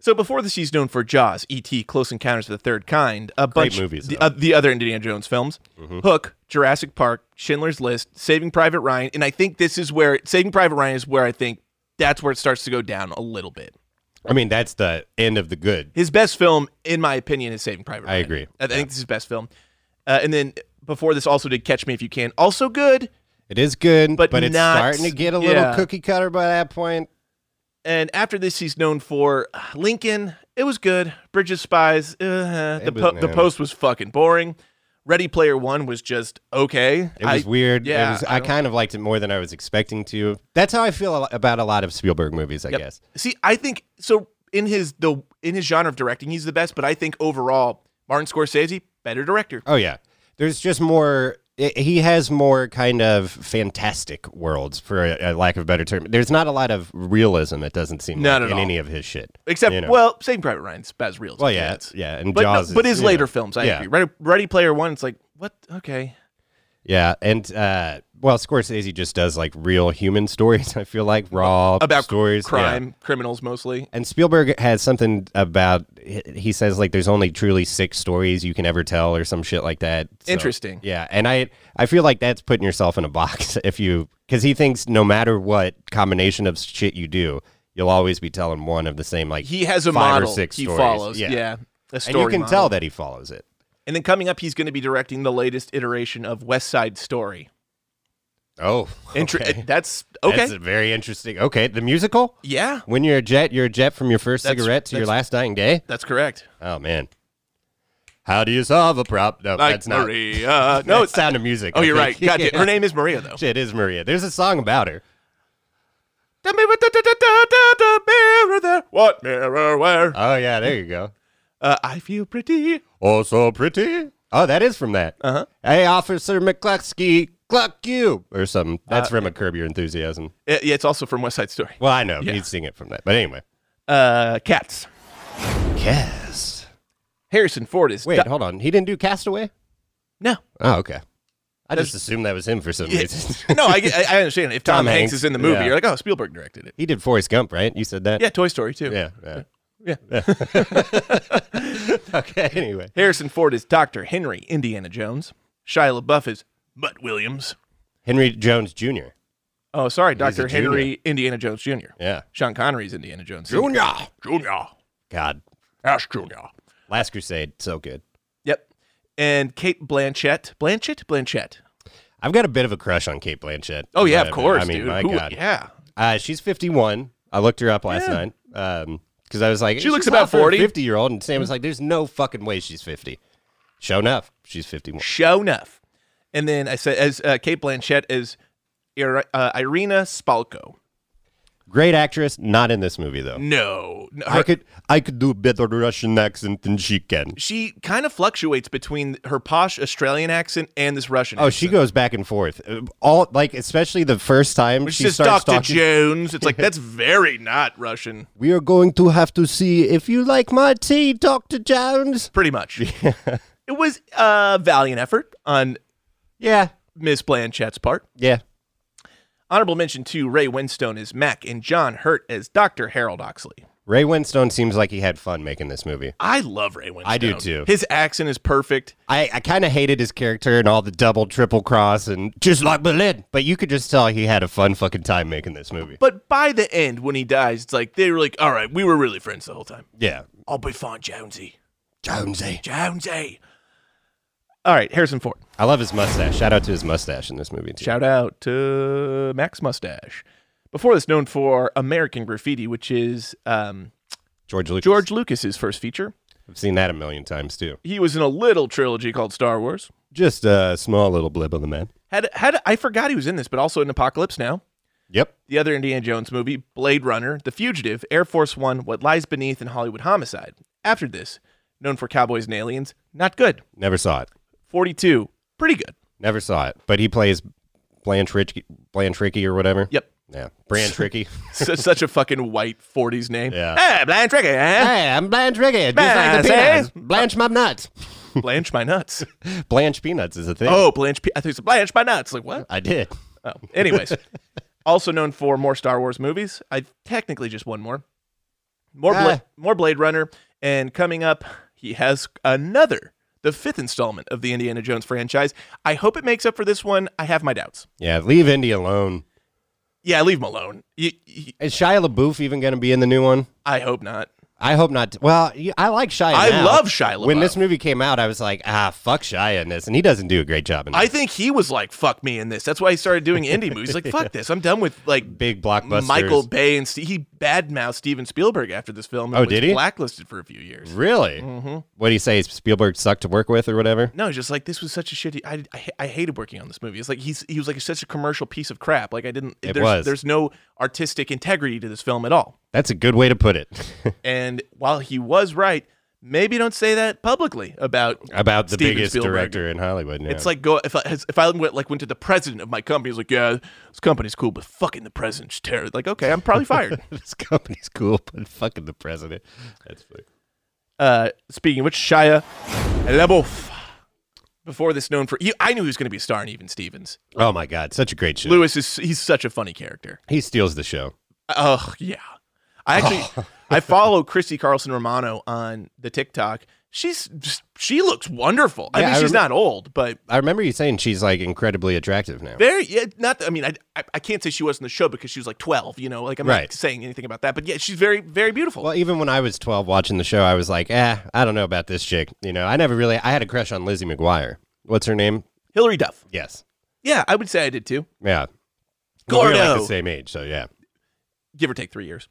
Speaker 1: So before this, he's known for Jaws, E.T., Close Encounters of the Third Kind, a bunch
Speaker 4: movies,
Speaker 1: the,
Speaker 4: though. Mm-hmm.
Speaker 1: uh, the other Indiana Jones films, Hook, Jurassic Park, Schindler's List, Saving Private Ryan, and I think this is where Saving Private Ryan is where I think that's where it starts to go down a little bit.
Speaker 4: I mean, that's the end of the good.
Speaker 1: His best film, in my opinion, is Saving Private Ryan.
Speaker 4: agree.
Speaker 1: I think this is his best film. Uh, and then before this, also did Catch Me If You Can, also good.
Speaker 4: It is good,
Speaker 1: But
Speaker 4: but, it's
Speaker 1: not-
Speaker 4: starting to get a little
Speaker 1: yeah.
Speaker 4: cookie cutter by that point.
Speaker 1: And after this, he's known for uh, Lincoln. It was good. Bridge of Spies. Uh, the
Speaker 4: was
Speaker 1: po- the
Speaker 4: meh.
Speaker 1: post was fucking boring. Ready Player One was just okay.
Speaker 4: It was
Speaker 1: I-
Speaker 4: weird.
Speaker 1: yeah,
Speaker 4: it was,
Speaker 1: I
Speaker 4: I, kind of liked it more than I was expecting to. That's how I feel a- about a lot of Spielberg movies, I
Speaker 1: Yep.
Speaker 4: guess.
Speaker 1: See, I think so. In his the in his genre of directing, he's the best. But I think overall, Martin Scorsese better director.
Speaker 4: Oh yeah, there's just more. i he has more kind of fantastic worlds, for a, a lack of a better term. There's not a lot of realism. It doesn't seem
Speaker 1: Not
Speaker 4: like
Speaker 1: at
Speaker 4: in
Speaker 1: all.
Speaker 4: any of his shit.
Speaker 1: Except
Speaker 4: you know.
Speaker 1: well, Saving Private Ryan's about as real. as
Speaker 4: well,
Speaker 1: it
Speaker 4: yeah,
Speaker 1: gets.
Speaker 4: it's- yeah, and
Speaker 1: But, no-
Speaker 4: Jaws,
Speaker 1: but
Speaker 4: is,
Speaker 1: his
Speaker 4: you know.
Speaker 1: later films, I
Speaker 4: Yeah.
Speaker 1: agree. Ready, Ready Player One, it's like what? Okay,
Speaker 4: yeah, and uh, well, Scorsese just does like real human stories. I feel like raw
Speaker 1: about
Speaker 4: stories, yeah.
Speaker 1: crime, criminals mostly.
Speaker 4: And Spielberg has something about he- he says like there's only truly six stories you can ever tell or some shit like that. So,
Speaker 1: Interesting.
Speaker 4: Yeah, and I I feel like that's putting yourself in a box if you cuz he thinks no matter what combination of shit you do, you'll always be telling one of the same like
Speaker 1: He has a
Speaker 4: five
Speaker 1: model
Speaker 4: or six
Speaker 1: he
Speaker 4: stories.
Speaker 1: follows. Yeah,
Speaker 4: Yeah.
Speaker 1: a
Speaker 4: And you
Speaker 1: story
Speaker 4: can
Speaker 1: model.
Speaker 4: tell that he follows it.
Speaker 1: And then coming up, he's going to be directing the latest iteration of West Side Story.
Speaker 4: Oh.
Speaker 1: Inter-
Speaker 4: okay.
Speaker 1: That's okay.
Speaker 4: That's a very interesting. Okay, the musical?
Speaker 1: yeah,
Speaker 4: When you're a jet, you're a jet from your first
Speaker 1: That's-
Speaker 4: cigarette to your
Speaker 1: that's-
Speaker 4: last dying day?
Speaker 1: that's correct.
Speaker 4: Oh man. How do you solve a prop? No,
Speaker 1: Like
Speaker 4: that's not.
Speaker 1: Maria.
Speaker 4: No,
Speaker 1: No,
Speaker 4: it's Sound of Music.
Speaker 1: oh,
Speaker 4: I
Speaker 1: you're right.
Speaker 4: think.
Speaker 1: God, damn-
Speaker 4: Yeah.
Speaker 1: Her name is Maria, though.
Speaker 4: It is Maria. There's a song about her.
Speaker 1: Tell me what the- the- the- the- the mirror there. What mirror where?
Speaker 4: Oh yeah, there you go.
Speaker 1: Uh, I feel pretty.
Speaker 4: Oh so pretty. Oh, that is from that.
Speaker 1: Uh-huh.
Speaker 4: Hey, Officer McCluskey, cluck you or something. That's from a Curb Your Enthusiasm.
Speaker 1: Uh, yeah, it's also from West Side Story.
Speaker 4: Well, I know
Speaker 1: Yeah.
Speaker 4: he'd sing it from that, but anyway.
Speaker 1: Uh, cats.
Speaker 4: Cast.
Speaker 1: Harrison Ford is
Speaker 4: Wait,
Speaker 1: di-
Speaker 4: hold on. He didn't do Castaway.
Speaker 1: no,
Speaker 4: Oh, okay. I just assumed that was him for some
Speaker 1: Yeah.
Speaker 4: reason.
Speaker 1: no. I, get- I I understand. If Tom,
Speaker 4: Tom
Speaker 1: Hanks,
Speaker 4: Hanks,
Speaker 1: is in the movie,
Speaker 4: yeah.
Speaker 1: you're like, oh, Spielberg directed it.
Speaker 4: he did Forrest Gump, right? You said that.
Speaker 1: Yeah, Toy Story too.
Speaker 4: Yeah. yeah.
Speaker 1: yeah.
Speaker 4: Okay. Anyway.
Speaker 1: Harrison Ford is Dr. Henry Indiana Jones. Shia LaBeouf is Mutt Williams.
Speaker 4: Henry Jones Jr.
Speaker 1: Oh, sorry,
Speaker 4: He's a
Speaker 1: Dr. Henry Indiana Jones Jr.
Speaker 4: Yeah.
Speaker 1: Sean Connery's Indiana Jones. Sr.
Speaker 4: Junior.
Speaker 1: Junior.
Speaker 4: God.
Speaker 1: Ash Junior.
Speaker 4: Last Crusade, so good.
Speaker 1: Yep. And Kate Blanchett. Blanchett? Blanchett.
Speaker 4: I've got a bit of a crush on Kate Blanchett.
Speaker 1: Oh, yeah,
Speaker 4: Uh,
Speaker 1: of course,
Speaker 4: I mean,
Speaker 1: dude.
Speaker 4: my
Speaker 1: Who-
Speaker 4: God.
Speaker 1: Yeah.
Speaker 4: Uh, she's 51. I looked her up last night Um 'cause because I was like,
Speaker 1: She looks
Speaker 4: she's
Speaker 1: about
Speaker 4: hot for a
Speaker 1: 40.
Speaker 4: 50 year old. And Sam was like, there's no fucking way she's 50. Show enough, she's 51.
Speaker 1: Show enough. And then I said, as uh, Kate Blanchett is Ir- uh, Irina Spalko.
Speaker 4: Great actress, not in this movie though.
Speaker 1: No. No,
Speaker 4: I
Speaker 1: her-
Speaker 4: could I could do a better Russian accent than she can.
Speaker 1: she kind of fluctuates between her posh Australian accent and this Russian
Speaker 4: Oh, she goes back and forth. Uh, All like, especially the first time
Speaker 1: Which
Speaker 4: she
Speaker 1: says
Speaker 4: starts
Speaker 1: Dr.
Speaker 4: talking.
Speaker 1: Jones. It's like, that's very not Russian.
Speaker 4: we are going to have to see if you like my tea, Doctor Jones.
Speaker 1: Pretty much. It was a valiant effort on
Speaker 4: Yeah,
Speaker 1: Miss Blanchett's part.
Speaker 4: yeah.
Speaker 1: Honorable mention to Ray Winstone as Mac and John Hurt as Dr. Harold Oxley.
Speaker 4: Ray Winstone seems like he had fun making this movie.
Speaker 1: I love Ray Winstone.
Speaker 4: I do too.
Speaker 1: His accent is perfect.
Speaker 4: I, I kind of hated his character and all the double, triple cross and just like Berlin. But you could just tell he had a fun fucking time making this movie.
Speaker 1: But by the end, when he dies, it's like they were like, all right, we were really friends the whole time.
Speaker 4: Yeah.
Speaker 1: I'll be fine, Jonesy.
Speaker 4: Jonesy.
Speaker 1: Jonesy. All right, Harrison Ford.
Speaker 4: I love his mustache. Shout out to his mustache in this movie, too.
Speaker 1: Shout out to Max Mustache. Before this, known for American Graffiti, which is um,
Speaker 4: George Lucas.
Speaker 1: George Lucas's first feature.
Speaker 4: I've seen that a million times, too.
Speaker 1: He was in a little trilogy called Star Wars.
Speaker 4: Just a small little blip on the man.
Speaker 1: Had had I forgot he was in this, but also in Apocalypse Now.
Speaker 4: Yep.
Speaker 1: the other Indiana Jones movie, Blade Runner, The Fugitive, Air Force One, What Lies Beneath, and Hollywood Homicide. After this, known for Cowboys and Aliens, not good.
Speaker 4: Never saw it.
Speaker 1: 42, pretty good.
Speaker 4: Never saw it. But he plays Blantricky, Blantricky or whatever.
Speaker 1: Yep.
Speaker 4: Yeah. Brantricky.
Speaker 1: Su- Such a fucking white 40s name.
Speaker 4: Yeah.
Speaker 1: Hey, Blanche Ricky, eh?
Speaker 4: hey, I'm Blantricky. Just like the
Speaker 1: Blanche.
Speaker 4: peanuts. Blanche my nuts.
Speaker 1: Blanche my nuts.
Speaker 4: Blanche peanuts is a thing.
Speaker 1: Oh, Blanche, P- I think it's Blanche my nuts. Like, what?
Speaker 4: I did.
Speaker 1: Oh. Anyways, also known for more Star Wars movies. I technically just one more. More,
Speaker 4: Ah.
Speaker 1: Bla- more Blade Runner. And coming up, he has another, the fifth installment of the Indiana Jones franchise. I hope it makes up for this one. I have my doubts.
Speaker 4: Yeah, leave Indy alone.
Speaker 1: Yeah, leave him alone. Y- y-
Speaker 4: Is Shia LaBeouf even going to be in the new one?
Speaker 1: I hope not.
Speaker 4: I hope not. Well, y- I like Shia.
Speaker 1: I
Speaker 4: now.
Speaker 1: love Shia
Speaker 4: When
Speaker 1: LaBeouf.
Speaker 4: this movie came out, I was like, ah, fuck Shia in this, and he doesn't do a great job in this.
Speaker 1: I think he was like, fuck me in this. That's why he started doing indie movies. He's Like, fuck this. I'm done with like
Speaker 4: Big blockbusters.
Speaker 1: Michael Bay and Ste he badmouthed Steven Spielberg after this film. and
Speaker 4: Oh,
Speaker 1: was
Speaker 4: did he?
Speaker 1: Blacklisted for a few years.
Speaker 4: Really?
Speaker 1: Mm-hmm.
Speaker 4: What do you say? Spielberg sucked to work with, or whatever?
Speaker 1: No, just like this was such a shitty. I, I, I hated working on this movie. It's like he's he was like such a commercial piece of crap. Like I didn't.
Speaker 4: It
Speaker 1: there's,
Speaker 4: was.
Speaker 1: There's no artistic integrity to this film at all.
Speaker 4: That's a good way to put it.
Speaker 1: And while he was right, maybe don't say that publicly about.
Speaker 4: About the
Speaker 1: Steven
Speaker 4: biggest
Speaker 1: Spielberg.
Speaker 4: director in Hollywood. Now.
Speaker 1: It's like go if I if I went like went to the president of my company. He's like, yeah, this company's cool, but fucking the president's terrible. Like, okay, I'm probably fired.
Speaker 4: this company's cool, but fucking the president. That's funny.
Speaker 1: Uh, speaking of which, Shia LaBeouf. Before this, known for you, I knew he was going to be a star in Even Stevens.
Speaker 4: Oh my god, such a great show.
Speaker 1: Lewis is—he's such a funny character.
Speaker 4: He steals the show.
Speaker 1: Oh yeah, I
Speaker 4: Oh.
Speaker 1: actually I follow Christy Carlson Romano on the TikTok. She's just, she looks wonderful. I
Speaker 4: Yeah,
Speaker 1: mean,
Speaker 4: I
Speaker 1: she's
Speaker 4: remem-
Speaker 1: not old, but
Speaker 4: I remember you saying she's like incredibly attractive now.
Speaker 1: very yeah. Not I mean, I I, I can't say she was in the show because she was like twelve. You know, like I'm
Speaker 4: Right.
Speaker 1: not saying anything about that. But yeah, she's very very beautiful.
Speaker 4: Well, even when I was 12 watching the show, I was like, eh, I don't know about this chick. You know, I never really, I had a crush on Lizzie McGuire. What's her name?
Speaker 1: Hillary Duff.
Speaker 4: Yes.
Speaker 1: Yeah, I would say I did too,
Speaker 4: Yeah. Well, we were like
Speaker 1: Gordo.
Speaker 4: the same age, so yeah.
Speaker 1: give or take three years.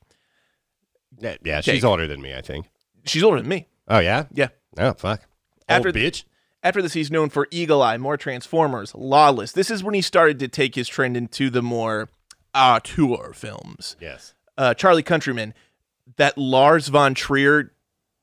Speaker 4: Yeah, yeah, she's
Speaker 1: Jake.
Speaker 4: older than me, I think.
Speaker 1: She's older than me.
Speaker 4: Oh, yeah?
Speaker 1: Yeah.
Speaker 4: Oh, fuck.
Speaker 1: After-
Speaker 4: Old bitch.
Speaker 1: After this, he's known for Eagle Eye, more Transformers, Lawless. This is when he started to take his trend into the more auteur films.
Speaker 4: Yes.
Speaker 1: uh, Charlie Countryman, that Lars von Trier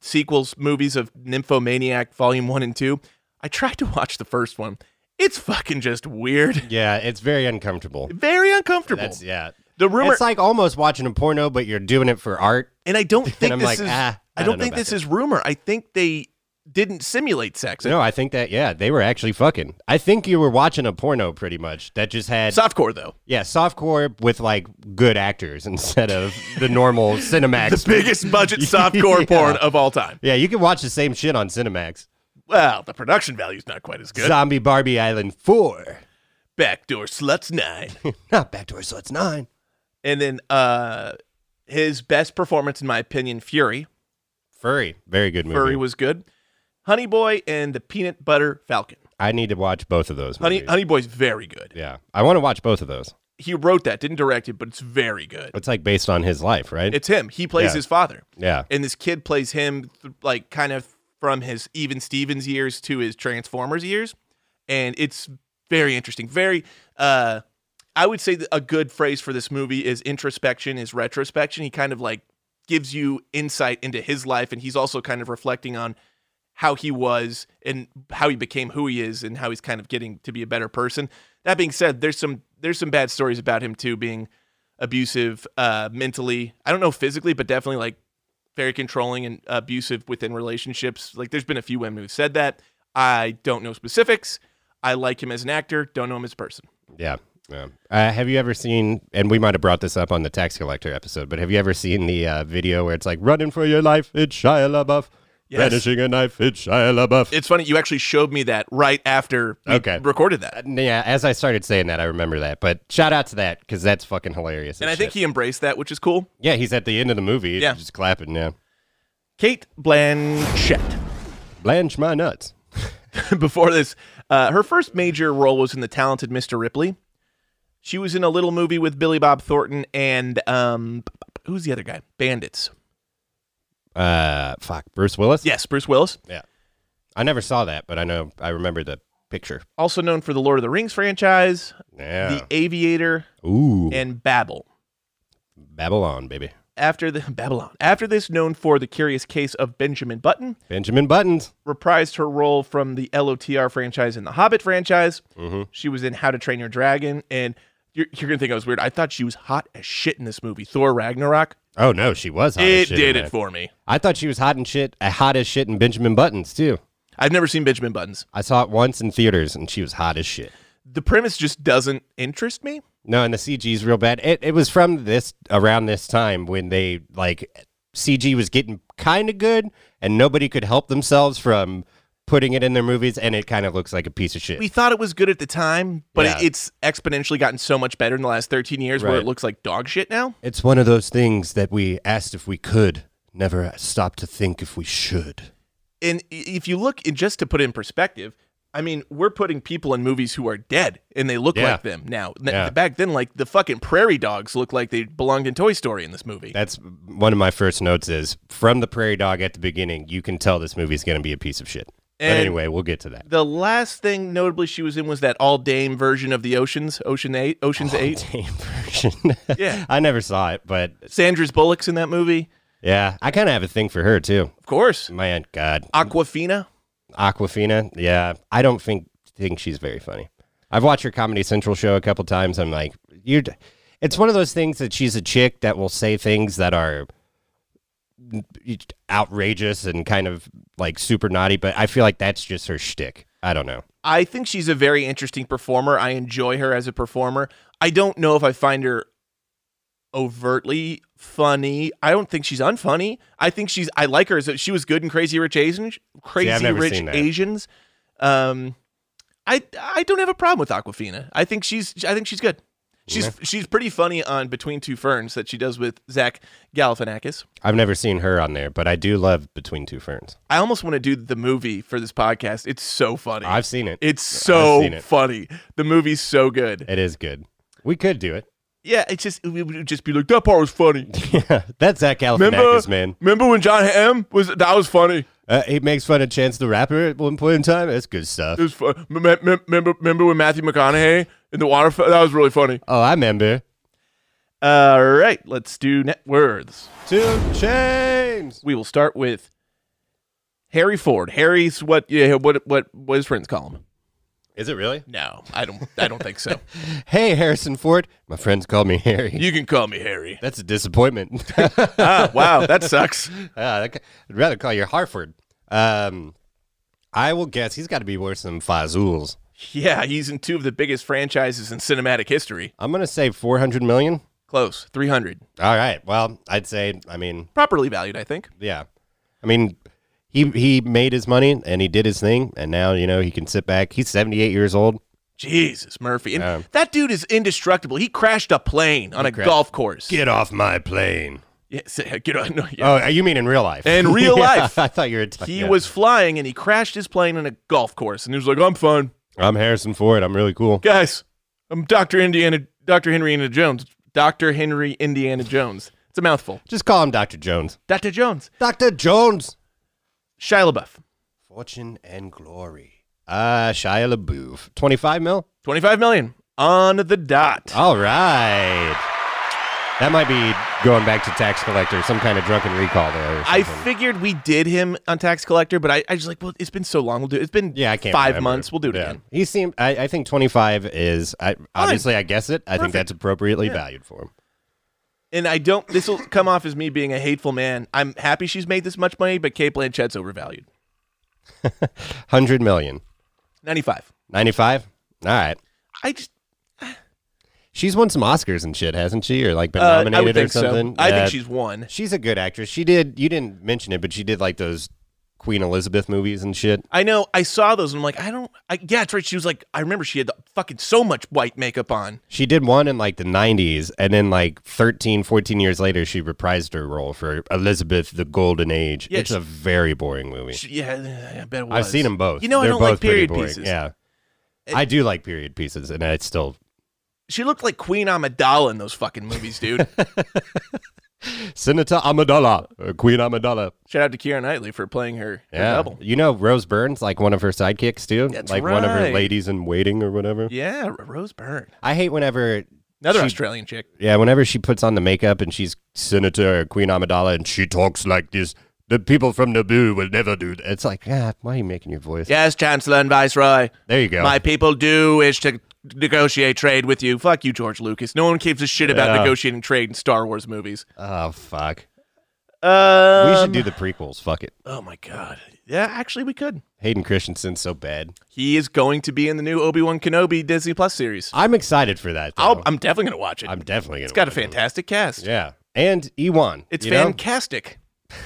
Speaker 1: sequels movies of Nymphomaniac Volume One and Two. I tried to watch the first one. It's fucking just weird,
Speaker 4: Yeah, it's very uncomfortable.
Speaker 1: very uncomfortable.
Speaker 4: That's, yeah.
Speaker 1: the rumor,
Speaker 4: It's like almost watching a porno, but you're doing it for art.
Speaker 1: and I don't think
Speaker 4: I'm
Speaker 1: this
Speaker 4: like,
Speaker 1: is.
Speaker 4: ah,
Speaker 1: I
Speaker 4: I
Speaker 1: don't,
Speaker 4: don't know
Speaker 1: think
Speaker 4: about
Speaker 1: this
Speaker 4: this.
Speaker 1: is rumor. I think they didn't simulate sex.
Speaker 4: No, I think that, yeah, they were actually fucking. I think you were watching a porno pretty much that just had,
Speaker 1: Softcore though,
Speaker 4: yeah, softcore with like good actors instead of the normal Cinemax.
Speaker 1: the biggest budget softcore
Speaker 4: Yeah.
Speaker 1: porn of all time.
Speaker 4: Yeah, you can watch the same shit on Cinemax.
Speaker 1: Well, the production value's not quite as good.
Speaker 4: Zombie Barbie Island 4.
Speaker 1: Backdoor sluts nine.
Speaker 4: Not Backdoor Sluts 9.
Speaker 1: and then uh his best performance in my opinion fury
Speaker 4: Furry. Very good movie.
Speaker 1: fury was good honey boy and the peanut butter falcon
Speaker 4: I need to watch both of those
Speaker 1: honey uh,
Speaker 4: movies.
Speaker 1: honey boy's very good
Speaker 4: Mm-hmm. Yeah. I want to watch both of those.
Speaker 1: he wrote that didn't direct it but it's very good
Speaker 4: It's like based on his life, right?
Speaker 1: it's him he plays
Speaker 4: Yeah.
Speaker 1: his father
Speaker 4: yeah.
Speaker 1: and this kid plays him th- like kind of from his even stevens years to his transformers years and it's very interesting very uh i would say that a good phrase for this movie is introspection is retrospection he kind of like gives you insight into his life and he's also kind of reflecting on how he was and how he became who he is and how he's kind of getting to be a better person that being said there's some there's some bad stories about him too being abusive uh mentally i don't know physically but definitely like very controlling and abusive within relationships. Like there's been a few women who've said that. I don't know specifics. I like him as an actor, don't know him as a person.
Speaker 4: Yeah. yeah. Uh, have you ever seen, and we might have brought this up on the tax collector episode, but have you ever seen the uh, video where it's like, running for your life, it's Shia LaBeouf.
Speaker 1: Yes.
Speaker 4: Vanishing a knife, it's Shia LaBeouf.
Speaker 1: It's funny you actually showed me that right after we
Speaker 4: Okay.
Speaker 1: recorded that.
Speaker 4: yeah, as I started saying that, I remember that. But shout out to that because that's fucking hilarious.
Speaker 1: And I think he embraced that, which is cool.
Speaker 4: Yeah, he's at the end of the movie.
Speaker 1: Yeah.
Speaker 4: Just clapping, yeah.
Speaker 1: Kate Blanchett.
Speaker 4: Blanch my nuts.
Speaker 1: Before this, uh, her first major role was in The Talented Mr. Ripley. She was in a little movie with Billy Bob Thornton and um, who's the other guy? Bandits.
Speaker 4: Uh, fuck, Bruce Willis.
Speaker 1: Yes, Bruce Willis.
Speaker 4: yeah. I never saw that, but I know I remember the picture.
Speaker 1: Also known for the Lord of the Rings franchise,
Speaker 4: Yeah.
Speaker 1: The Aviator,
Speaker 4: Ooh,
Speaker 1: and Babel.
Speaker 4: Babylon, baby.
Speaker 1: After the Babylon, after this, known for the curious case of Benjamin Button,
Speaker 4: Benjamin Buttons.
Speaker 1: reprised her role from the LOTR franchise and the Hobbit franchise.
Speaker 4: Mhm.
Speaker 1: She was in How to Train Your Dragon, and you're, you're gonna think I was weird. I thought she was hot as shit in this movie, Thor Ragnarok.
Speaker 4: Oh no, she was hot.
Speaker 1: it
Speaker 4: as shit
Speaker 1: did it
Speaker 4: in that.
Speaker 1: for me.
Speaker 4: I thought she was hot and shit, uh, hot as shit in Benjamin Buttons too.
Speaker 1: I've never seen Benjamin Buttons.
Speaker 4: I saw it once in theaters, and she was hot as shit.
Speaker 1: The premise just doesn't interest me.
Speaker 4: No, and the CG's real bad. It, it was from this around this time when they like CG was getting kind of good, and nobody could help themselves from putting it in their movies, and it kind of looks like a piece of shit.
Speaker 1: We thought it was good at the time, but it,
Speaker 4: Yeah.
Speaker 1: it's exponentially gotten so much better in the last 13 years where
Speaker 4: Right.
Speaker 1: it looks like dog shit now.
Speaker 4: it's one of those things that we asked if we could, never stopped to think if we should.
Speaker 1: And i- if you look, and just to put it in perspective, I mean, we're putting people in movies who are dead and they look
Speaker 4: Yeah.
Speaker 1: like them now. N-
Speaker 4: Yeah.
Speaker 1: Back then, like the fucking prairie dogs look like they belonged in Toy Story in this movie.
Speaker 4: That's one of my first notes is from the prairie dog at the beginning, you can tell this movie's going to be a piece of shit.
Speaker 1: And-
Speaker 4: but anyway, we'll get to that.
Speaker 1: the last thing notably she was in was that all dame version of the Oceans, Ocean Eight,
Speaker 4: Oh,
Speaker 1: Oceans Eight.
Speaker 4: Dame version.
Speaker 1: Yeah.
Speaker 4: I never saw it, but
Speaker 1: Sandra's Bullock's in that movie,
Speaker 4: yeah, I kind of have a thing for her too.
Speaker 1: of course.
Speaker 4: Man, God,
Speaker 1: Aquafina.
Speaker 4: Aquafina. Yeah, I don't think think she's very funny. I've watched her Comedy Central show a couple times. I'm like, you. It's one of those things that she's a chick that will say things that are outrageous and kind of like super naughty, but I feel like that's just her shtick. I don't know.
Speaker 1: I think she's a very interesting performer. I enjoy her as a performer. I don't know if I find her overtly funny. I don't think she's unfunny. I think she's I like her as a, she was good in Crazy Rich Asians, Crazy
Speaker 4: never
Speaker 1: Rich
Speaker 4: seen that.
Speaker 1: Asians. Um I I don't have a problem with Aquafina. I think she's I think she's good. She's she's pretty funny on Between Two Ferns that she does with Zach Galifianakis.
Speaker 4: I've never seen her on there, but I do love Between Two Ferns.
Speaker 1: I almost want to do the movie for this podcast. It's so funny.
Speaker 4: I've seen it.
Speaker 1: it's
Speaker 4: I've
Speaker 1: so
Speaker 4: seen it.
Speaker 1: funny. The movie's so good.
Speaker 4: It is good. We could do it.
Speaker 1: Yeah, it's just we would just be like that part was funny.
Speaker 4: Yeah, that's Zach
Speaker 1: Remember,
Speaker 4: Galifianakis, man.
Speaker 1: remember when John Hamm was that was funny.
Speaker 4: Uh, he makes fun of Chance the Rapper at one point in time. That's good stuff.
Speaker 1: It was fun. M- m- m- remember, remember when Matthew McConaughey in the water fe- that was really funny.
Speaker 4: Oh, I remember.
Speaker 1: All right, let's do net words.
Speaker 4: Two chains.
Speaker 1: We will start with Harry Ford. Harry's what? Yeah, what? What? What his friends call him?
Speaker 4: Is it really?
Speaker 1: No, I don't. I don't think so.
Speaker 4: Hey, Harrison Ford. My friends call me Harry.
Speaker 1: You can call me Harry.
Speaker 4: That's a disappointment.
Speaker 1: Ah, wow, that sucks.
Speaker 4: Uh, I'd rather call you Harford. Um, I will guess he's got to be worse than Fazul's.
Speaker 1: Yeah, he's in two of the biggest franchises in cinematic history.
Speaker 4: I'm gonna say 400 million.
Speaker 1: Close, three hundred,
Speaker 4: All right. Well, I'd say. I mean,
Speaker 1: properly valued, I think.
Speaker 4: yeah. I mean, he he made his money and he did his thing, and now you know he can sit back. He's 78 years old.
Speaker 1: Jesus, Murphy. And
Speaker 4: Yeah.
Speaker 1: that dude is indestructible. He crashed a plane on a
Speaker 4: crashed-
Speaker 1: golf course.
Speaker 4: Get off my plane.
Speaker 1: Yeah, say- get on- no, yeah.
Speaker 4: Oh, you mean in real life?
Speaker 1: In real
Speaker 4: Yeah,
Speaker 1: life.
Speaker 4: I thought you were. T-
Speaker 1: he
Speaker 4: Oh, yeah.
Speaker 1: was flying and he crashed his plane on a golf course. And he was like, I'm fine.
Speaker 4: I'm Harrison Ford. I'm really cool.
Speaker 1: Guys, I'm Dr. Indiana, Dr. Henry Indiana Jones. Dr. Henry Indiana Jones. It's a mouthful.
Speaker 4: Just call him Dr. Jones.
Speaker 1: Dr. Jones.
Speaker 4: Dr. Jones.
Speaker 1: Shia LaBeouf.
Speaker 4: Fortune and glory. Uh, Shia LaBeouf. 25 mil?
Speaker 1: 25 million on the dot.
Speaker 4: All right. That might be going back to tax collector, some kind of drunken recall there. Or
Speaker 1: I
Speaker 4: something.
Speaker 1: figured we did him on Tax Collector, but I, I just like, well, it's been so long. We'll do it. It's been
Speaker 4: yeah, I can't.
Speaker 1: five
Speaker 4: remember.
Speaker 1: months. We'll do it
Speaker 4: Yeah.
Speaker 1: again.
Speaker 4: He seemed. I, I think twenty five is. I obviously I guess it. I think
Speaker 1: Perfect.
Speaker 4: that's appropriately valued for him.
Speaker 1: and I don't. This will come off as me being a hateful man. I'm happy she's made this much money, but Kate Blanchett's overvalued.
Speaker 4: Hundred million.
Speaker 1: Ninety-five.
Speaker 4: Ninety five. All right.
Speaker 1: I just.
Speaker 4: She's won some Oscars and shit, hasn't she? Or like been
Speaker 1: Uh,
Speaker 4: nominated
Speaker 1: I would
Speaker 4: or
Speaker 1: think
Speaker 4: something. Uh,
Speaker 1: so. I
Speaker 4: Yeah.
Speaker 1: think she's one.
Speaker 4: She's a good actress. She did. You didn't mention it, but she did like those Queen Elizabeth movies and shit.
Speaker 1: I know. I saw those, and I'm like, I don't. I, yeah, that's right. She was like, I remember she had the, fucking so much white makeup on.
Speaker 4: She did one in like the 90s, and then like 13, 14 years later, she reprised her role for Elizabeth the Golden Age.
Speaker 1: Yeah,
Speaker 4: it's
Speaker 1: she-
Speaker 4: a very boring movie.
Speaker 1: She, yeah, I bet it was.
Speaker 4: I've seen them both.
Speaker 1: You know,
Speaker 4: They're
Speaker 1: I don't
Speaker 4: both
Speaker 1: like
Speaker 4: pretty
Speaker 1: period
Speaker 4: boring.
Speaker 1: pieces.
Speaker 4: Yeah.
Speaker 1: It-
Speaker 4: I do like period pieces, and I still.
Speaker 1: She looked like Queen Amidala in those fucking movies, dude.
Speaker 4: Senator Amidala, or Queen Amidala.
Speaker 1: Shout out to Keira Knightley for playing her, her
Speaker 4: Yeah.
Speaker 1: double.
Speaker 4: You know, Rose Burns, like one of her sidekicks, too?
Speaker 1: That's
Speaker 4: like one of her
Speaker 1: right.
Speaker 4: ladies in waiting or whatever.
Speaker 1: Yeah, R- Rose Byrne,
Speaker 4: I hate whenever
Speaker 1: another
Speaker 4: She-
Speaker 1: Australian chick.
Speaker 4: Yeah, whenever she puts on the makeup and she's Senator or Queen Amidala and she talks like this, the people from Naboo will never do that. It's like, ah, why are you making your voice?
Speaker 1: Yes, Chancellor and Viceroy.
Speaker 4: There you go.
Speaker 1: My people do wish to negotiate trade with you. Fuck you, George Lucas. No one gives a shit about
Speaker 4: Yeah.
Speaker 1: negotiating trade in Star Wars movies.
Speaker 4: oh, fuck.
Speaker 1: Um,
Speaker 4: we should do the prequels. Fuck it.
Speaker 1: Oh my god. Yeah, actually, we could.
Speaker 4: Hayden Christensen's so bad.
Speaker 1: He is going to be in the new Obi Wan Kenobi Disney Plus series.
Speaker 4: I'm excited for that. though.
Speaker 1: I'll, I'm definitely going to watch it.
Speaker 4: I'm definitely going
Speaker 1: it's
Speaker 4: to.
Speaker 1: got a fantastic cast.
Speaker 4: Yeah. And Ewan.
Speaker 1: It's
Speaker 4: you know?
Speaker 1: fantastic.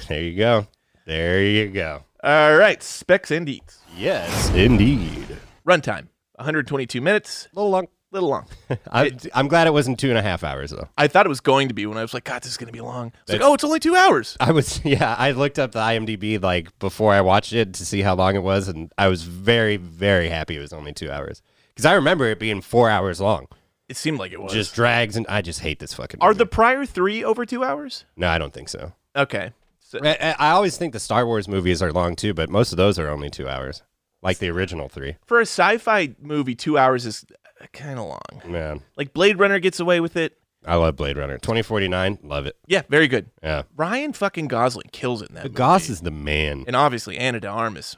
Speaker 4: There you go. There you go.
Speaker 1: All right, specs and deeds.
Speaker 4: Yes, indeed.
Speaker 1: Runtime 122 minutes,
Speaker 4: A little long.
Speaker 1: little long.
Speaker 4: I'm, I'm glad it wasn't two and a half hours though.
Speaker 1: I thought it was going to be when I was like, God, this is going to be long. It's like,
Speaker 4: That's-
Speaker 1: oh, it's only two hours.
Speaker 4: I was yeah. I looked up the IMDb like before I watched it to see how long it was, and I was very very happy it was only two hours because I remember it being four hours long.
Speaker 1: It seemed like it was.
Speaker 4: Just drags and I just hate this fucking.
Speaker 1: Are
Speaker 4: movie.
Speaker 1: the prior three over two hours?
Speaker 4: no? I don't think so.
Speaker 1: Okay. So,
Speaker 4: I, I- I always think the Star Wars movies are long too, but most of those are only two hours, like the original three.
Speaker 1: for a sci-fi movie, two hours is kind of long.
Speaker 4: Man,
Speaker 1: Like Blade Runner gets away with it.
Speaker 4: I love Blade Runner. Twenty forty nine, love it.
Speaker 1: Yeah, very good.
Speaker 4: Yeah,
Speaker 1: Ryan fucking Gosling kills it in that.
Speaker 4: the
Speaker 1: movie.
Speaker 4: Goss is the man.
Speaker 1: and obviously Anna de Armas.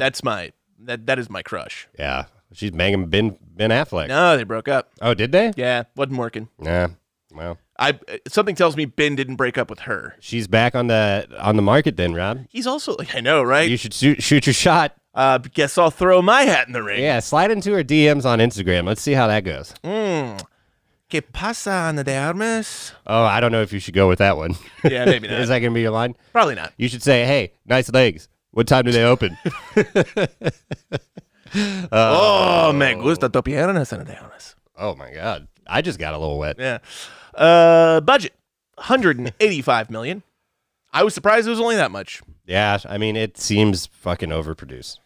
Speaker 1: That's my that that is my crush.
Speaker 4: Yeah, she's banging Ben Ben Affleck.
Speaker 1: No, they broke up.
Speaker 4: Oh, did they?
Speaker 1: Yeah, wasn't working.
Speaker 4: Yeah. Well,
Speaker 1: I uh, something tells me Ben didn't break up with her.
Speaker 4: she's back on the on the market then, Rob.
Speaker 1: He's also like I know, right?
Speaker 4: You should shoot, shoot your shot.
Speaker 1: uh, guess I'll throw my hat in the ring.
Speaker 4: Yeah, slide into her DMs on Instagram. Let's see how that goes.
Speaker 1: Mm. ¿Qué pasa, Ana de Armas?
Speaker 4: Oh, I don't know if you should go with that one.
Speaker 1: Yeah, maybe not.
Speaker 4: Is that going to be your line?
Speaker 1: Probably not.
Speaker 4: You should say, "Hey, nice legs. What time do they open?"
Speaker 1: Oh, me gusta tu piernas, Ana de Armas.
Speaker 4: oh my god, I just got a little wet.
Speaker 1: Yeah. Uh, budget 185 million. I was surprised it was only that much.
Speaker 4: Yeah, I mean, it seems fucking overproduced.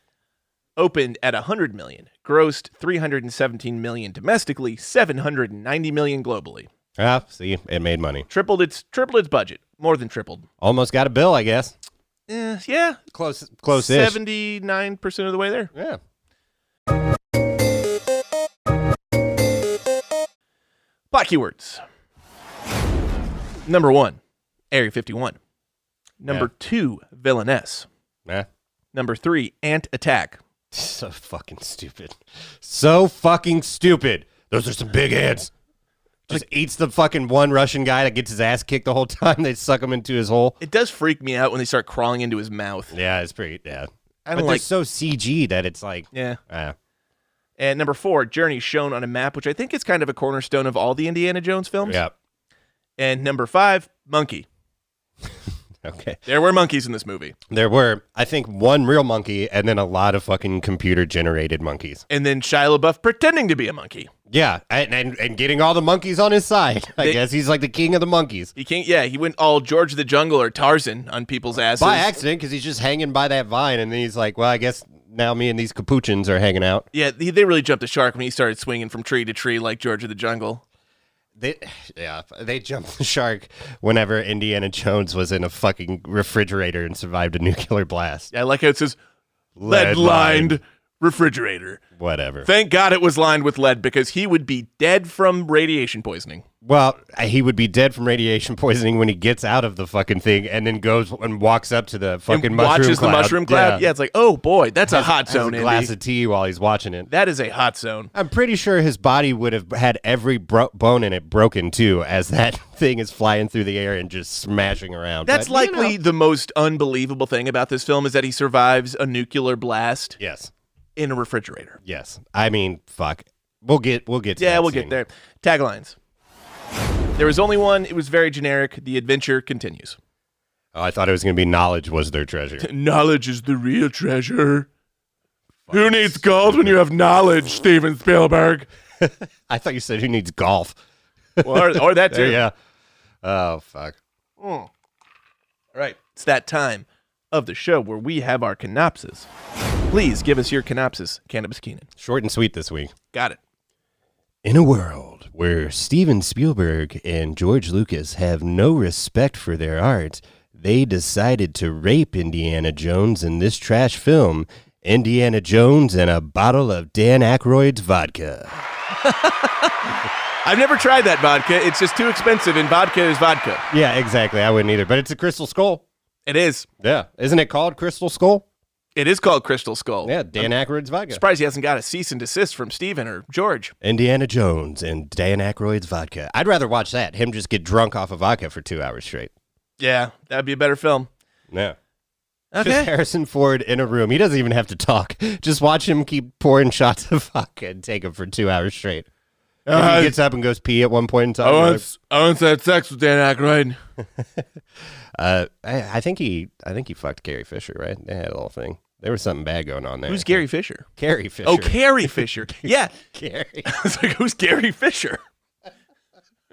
Speaker 1: Opened at 100 million, grossed 317 million domestically, 790 million globally.
Speaker 4: Ah, see, it made money.
Speaker 1: Tripled its tripled its budget, more than tripled.
Speaker 4: Almost got a bill, I guess.
Speaker 1: Eh, yeah,
Speaker 4: Close, close ish.
Speaker 1: 79% of the way there.
Speaker 4: Yeah.
Speaker 1: Plot keywords. Number 1, Area 51. Number 2, villainess.
Speaker 4: Nah.
Speaker 1: Number 3, ant attack.
Speaker 4: So fucking stupid. So fucking stupid. Those are some big ants. Just eats the fucking one Russian guy that gets his ass kicked the whole time. They suck him into his hole.
Speaker 1: It does freak me out when they start crawling into his mouth.
Speaker 4: Yeah, it's pretty. Yeah,
Speaker 1: I
Speaker 4: but
Speaker 1: don't
Speaker 4: they're
Speaker 1: like
Speaker 4: so CG that it's like.
Speaker 1: Yeah.
Speaker 4: Uh,
Speaker 1: And number four, Journey shown on a map, which I think is kind of a cornerstone of all the Indiana Jones films.
Speaker 4: uh, yeah.
Speaker 1: And number five, monkey.
Speaker 4: Okay.
Speaker 1: There were monkeys in this movie.
Speaker 4: There were, I think, one real monkey and then a lot of fucking computer generated monkeys.
Speaker 1: And then Shia LaBeouf pretending to be a monkey.
Speaker 4: Yeah, and, and and getting all the monkeys on his side. I
Speaker 1: They-
Speaker 4: guess he's like the king of the monkeys
Speaker 1: He can't. Yeah, he went all George the Jungle or Tarzan on people's asses.
Speaker 4: by accident because he's just hanging by that vine, and then he's like, "Well, I guess now me and these capuchins are hanging out."
Speaker 1: yeah, they, they really jumped the shark when he started swinging from tree to tree like George of the Jungle.
Speaker 4: They, yeah, they jumped the shark whenever Indiana Jones was in a fucking refrigerator and survived a nuclear blast.
Speaker 1: I like how it says lead lined refrigerator.
Speaker 4: whatever.
Speaker 1: Thank God it was lined with lead because he would be dead from radiation poisoning.
Speaker 4: Well, he would be dead from radiation poisoning when he gets out of the fucking thing, and then goes and walks up to the fucking
Speaker 1: and
Speaker 4: mushroom
Speaker 1: watches
Speaker 4: cloud.
Speaker 1: the mushroom cloud. Yeah. it's like, oh boy, that's a hot
Speaker 4: Has a
Speaker 1: zone.
Speaker 4: glass
Speaker 1: Indy.
Speaker 4: of tea while he's watching it.
Speaker 1: That is a hot zone.
Speaker 4: I'm pretty sure his body would have had every bro- bone in it broken too, as that thing is flying through the air and just smashing around.
Speaker 1: That's
Speaker 4: But, you know-
Speaker 1: likely the most unbelievable thing about this film is that he survives a nuclear blast
Speaker 4: yes,
Speaker 1: in a refrigerator.
Speaker 4: yes. I mean, fuck. We'll get, we'll get. To
Speaker 1: Yeah,
Speaker 4: that
Speaker 1: we'll get
Speaker 4: scene.
Speaker 1: there. Taglines. There was only one. It was very generic. The adventure continues.
Speaker 4: Oh, I thought it was going to be knowledge was their treasure.
Speaker 1: Knowledge is the real treasure. Who needs gold when you have knowledge, Steven Spielberg?
Speaker 4: I thought you said who needs golf.
Speaker 1: or, or that too.
Speaker 4: There, yeah. Oh fuck.
Speaker 1: All right. It's that time of the show where we have our canopsis. Please give us your canopsis, Cannabis Keenan.
Speaker 4: Short and sweet this week.
Speaker 1: Got it.
Speaker 4: In a world where Steven Spielberg and George Lucas have no respect for their art, they decided to rape Indiana Jones in this trash film, Indiana Jones and a bottle of Dan Aykroyd's vodka.
Speaker 1: I've never tried that vodka. It's just too expensive, and vodka is vodka.
Speaker 4: Yeah, exactly. I wouldn't either, but it's a crystal skull.
Speaker 1: It is.
Speaker 4: Yeah. Isn't it called Crystal Skull?
Speaker 1: It is called Crystal Skull.
Speaker 4: Yeah, Dan Aykroyd's vodka.
Speaker 1: Surprised he hasn't got a cease and desist from Steven or George.
Speaker 4: Indiana Jones and Dan Aykroyd's vodka. I'd rather watch that. Him just get drunk off of vodka for two hours straight.
Speaker 1: Yeah, that'd be a better film.
Speaker 4: Yeah. Just
Speaker 1: Okay.
Speaker 4: Harrison Ford in a room. He doesn't even have to talk. Just watch him keep pouring shots of vodka and take them for two hours straight. And
Speaker 5: Uh,
Speaker 4: he gets up and goes pee at one point in time.
Speaker 1: Oh,
Speaker 5: I
Speaker 4: Like,
Speaker 5: once, I once had sex with Dan Aykroyd.
Speaker 4: Uh, I, I think he, I think he fucked Carrie Fisher, right? They had a little thing. There was something bad going on there.
Speaker 1: Who's Gary Fisher?
Speaker 4: Carrie Fisher.
Speaker 1: Oh, Carrie Fisher. Yeah.
Speaker 4: Carrie.
Speaker 1: I was like, who's Gary Fisher?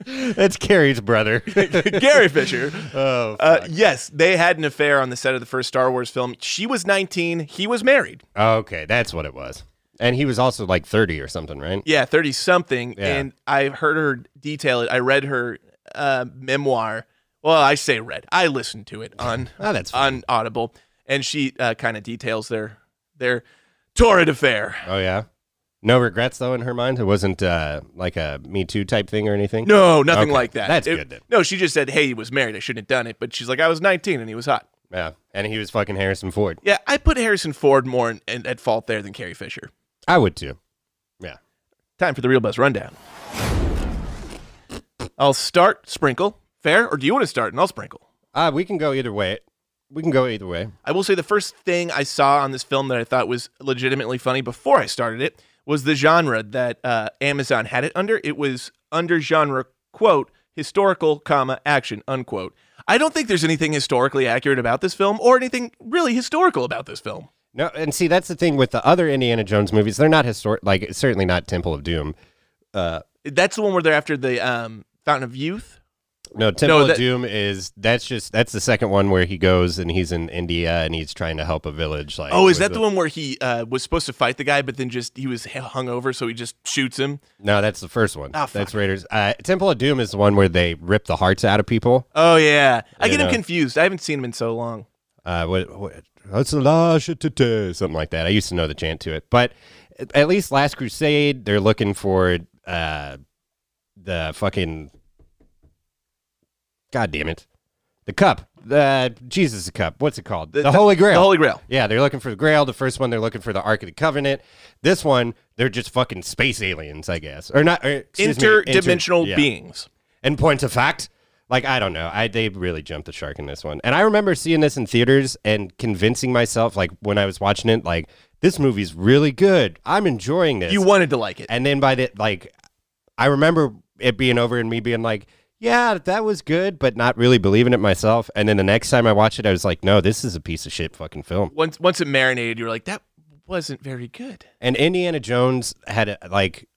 Speaker 4: That's Carrie's brother.
Speaker 1: Gary Fisher.
Speaker 4: oh,
Speaker 1: Uh, yes, they had an affair on the set of the first Star Wars film. She was 19. He was married.
Speaker 4: okay, that's what it was. And he was also like thirty or something, right?
Speaker 1: Yeah, 30 something.
Speaker 4: Yeah.
Speaker 1: And I heard her detail it. I read her uh, memoir. Well, I say read. I listened to it on
Speaker 4: Oh, that's fun.
Speaker 1: on Audible, and she uh, kind of details their their torrid affair.
Speaker 4: Oh yeah. No regrets though in her mind. It wasn't uh, like a Me Too type thing or anything.
Speaker 1: No, nothing
Speaker 4: Okay,
Speaker 1: like that.
Speaker 4: that's
Speaker 1: It-
Speaker 4: good then.
Speaker 1: No, she just said, "Hey, he was married. I shouldn't have done it." But she's like, "I was 19 and he was hot."
Speaker 4: Yeah, and he was fucking Harrison Ford.
Speaker 1: Yeah, I put Harrison Ford more in, in, at fault there than Carrie Fisher.
Speaker 4: I would too. Yeah.
Speaker 1: Time for the Real Buzz Rundown. I'll start sprinkle. Fair? Or do you want to start and I'll sprinkle?
Speaker 4: Uh, we can go either way. We can go either way.
Speaker 1: I will say the first thing I saw on this film that I thought was legitimately funny before I started it was the genre that uh, Amazon had it under. It was under genre, quote, historical, comma, action, unquote. I don't think there's anything historically accurate about this film or anything really historical about this film.
Speaker 4: No, and see that's the thing with the other Indiana Jones movies. They're not historic. Like it's certainly not Temple of Doom. Uh,
Speaker 1: That's the one where they're after the um, Fountain of Youth.
Speaker 4: no, Temple
Speaker 1: that-
Speaker 4: of Doom is that's just that's the second one where he goes and he's in India and he's trying to help a village. Like
Speaker 1: Oh, is
Speaker 4: with
Speaker 1: that the one where he uh, was supposed to fight the guy, but then just he was hungover, so he just shoots him?
Speaker 4: No, that's the first one.
Speaker 1: Oh, fuck.
Speaker 4: that's Raiders. Uh, Temple of Doom is the one where they rip the hearts out of people.
Speaker 1: Oh yeah, I
Speaker 4: You
Speaker 1: get him
Speaker 4: know.
Speaker 1: confused. I haven't seen him in so long.
Speaker 4: uh, what, what, that's a lie, shit to do, something like that. I used to know the chant to it, but at least Last Crusade, they're looking for uh, the fucking god damn it, the cup, the Jesus cup. What's it called? The, Holy Grail.
Speaker 1: The Holy Grail.
Speaker 4: Yeah, they're looking for the Grail. The first one, they're looking for the Ark of the Covenant. This one, they're just fucking space aliens, I guess, or not or, excuse me, inter-
Speaker 1: Interdimensional
Speaker 4: yeah.
Speaker 1: beings.
Speaker 4: And point of fact, like I don't know, I they really jumped the shark in this one. And I remember seeing this in theaters and convincing myself, like when I was watching it, like this movie's really good. I'm enjoying this.
Speaker 1: You wanted to like it.
Speaker 4: and then by the like, I remember it being over and me being like. Yeah, that was good, but not really believing it myself. And then the next time I watched it, I was like, no, this is a piece of shit fucking film.
Speaker 1: Once once it marinated, you were like, that wasn't very good.
Speaker 4: And Indiana Jones had a, like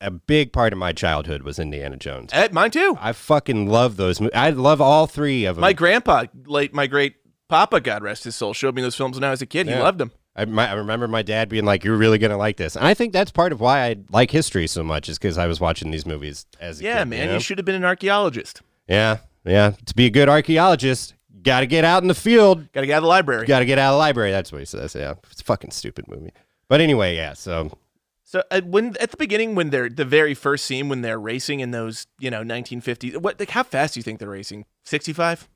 Speaker 4: a big part of my childhood was Indiana Jones.
Speaker 1: Eh, mine too.
Speaker 4: I fucking love those. Mo- I love all three of them.
Speaker 1: My grandpa, late my great papa, God rest his soul, showed me those films when I was a kid. He
Speaker 4: Yeah.
Speaker 1: loved them.
Speaker 4: I, my, I remember my dad being like, "You're really gonna like this," and I think that's part of why I like history so much is because I was watching these movies as a
Speaker 1: Yeah,
Speaker 4: kid,
Speaker 1: man,
Speaker 4: You know?
Speaker 1: you should have been an archaeologist.
Speaker 4: yeah, yeah. To be a good archaeologist, got to get out in the field,
Speaker 1: Got to get out of the library.
Speaker 4: got to get out of the library. That's what he says. Yeah, it's a fucking stupid movie. But anyway, yeah. So
Speaker 1: So uh, when at the beginning, when they're the very first scene when they're racing in those you know 1950s, what like how fast do you think they're racing? 65,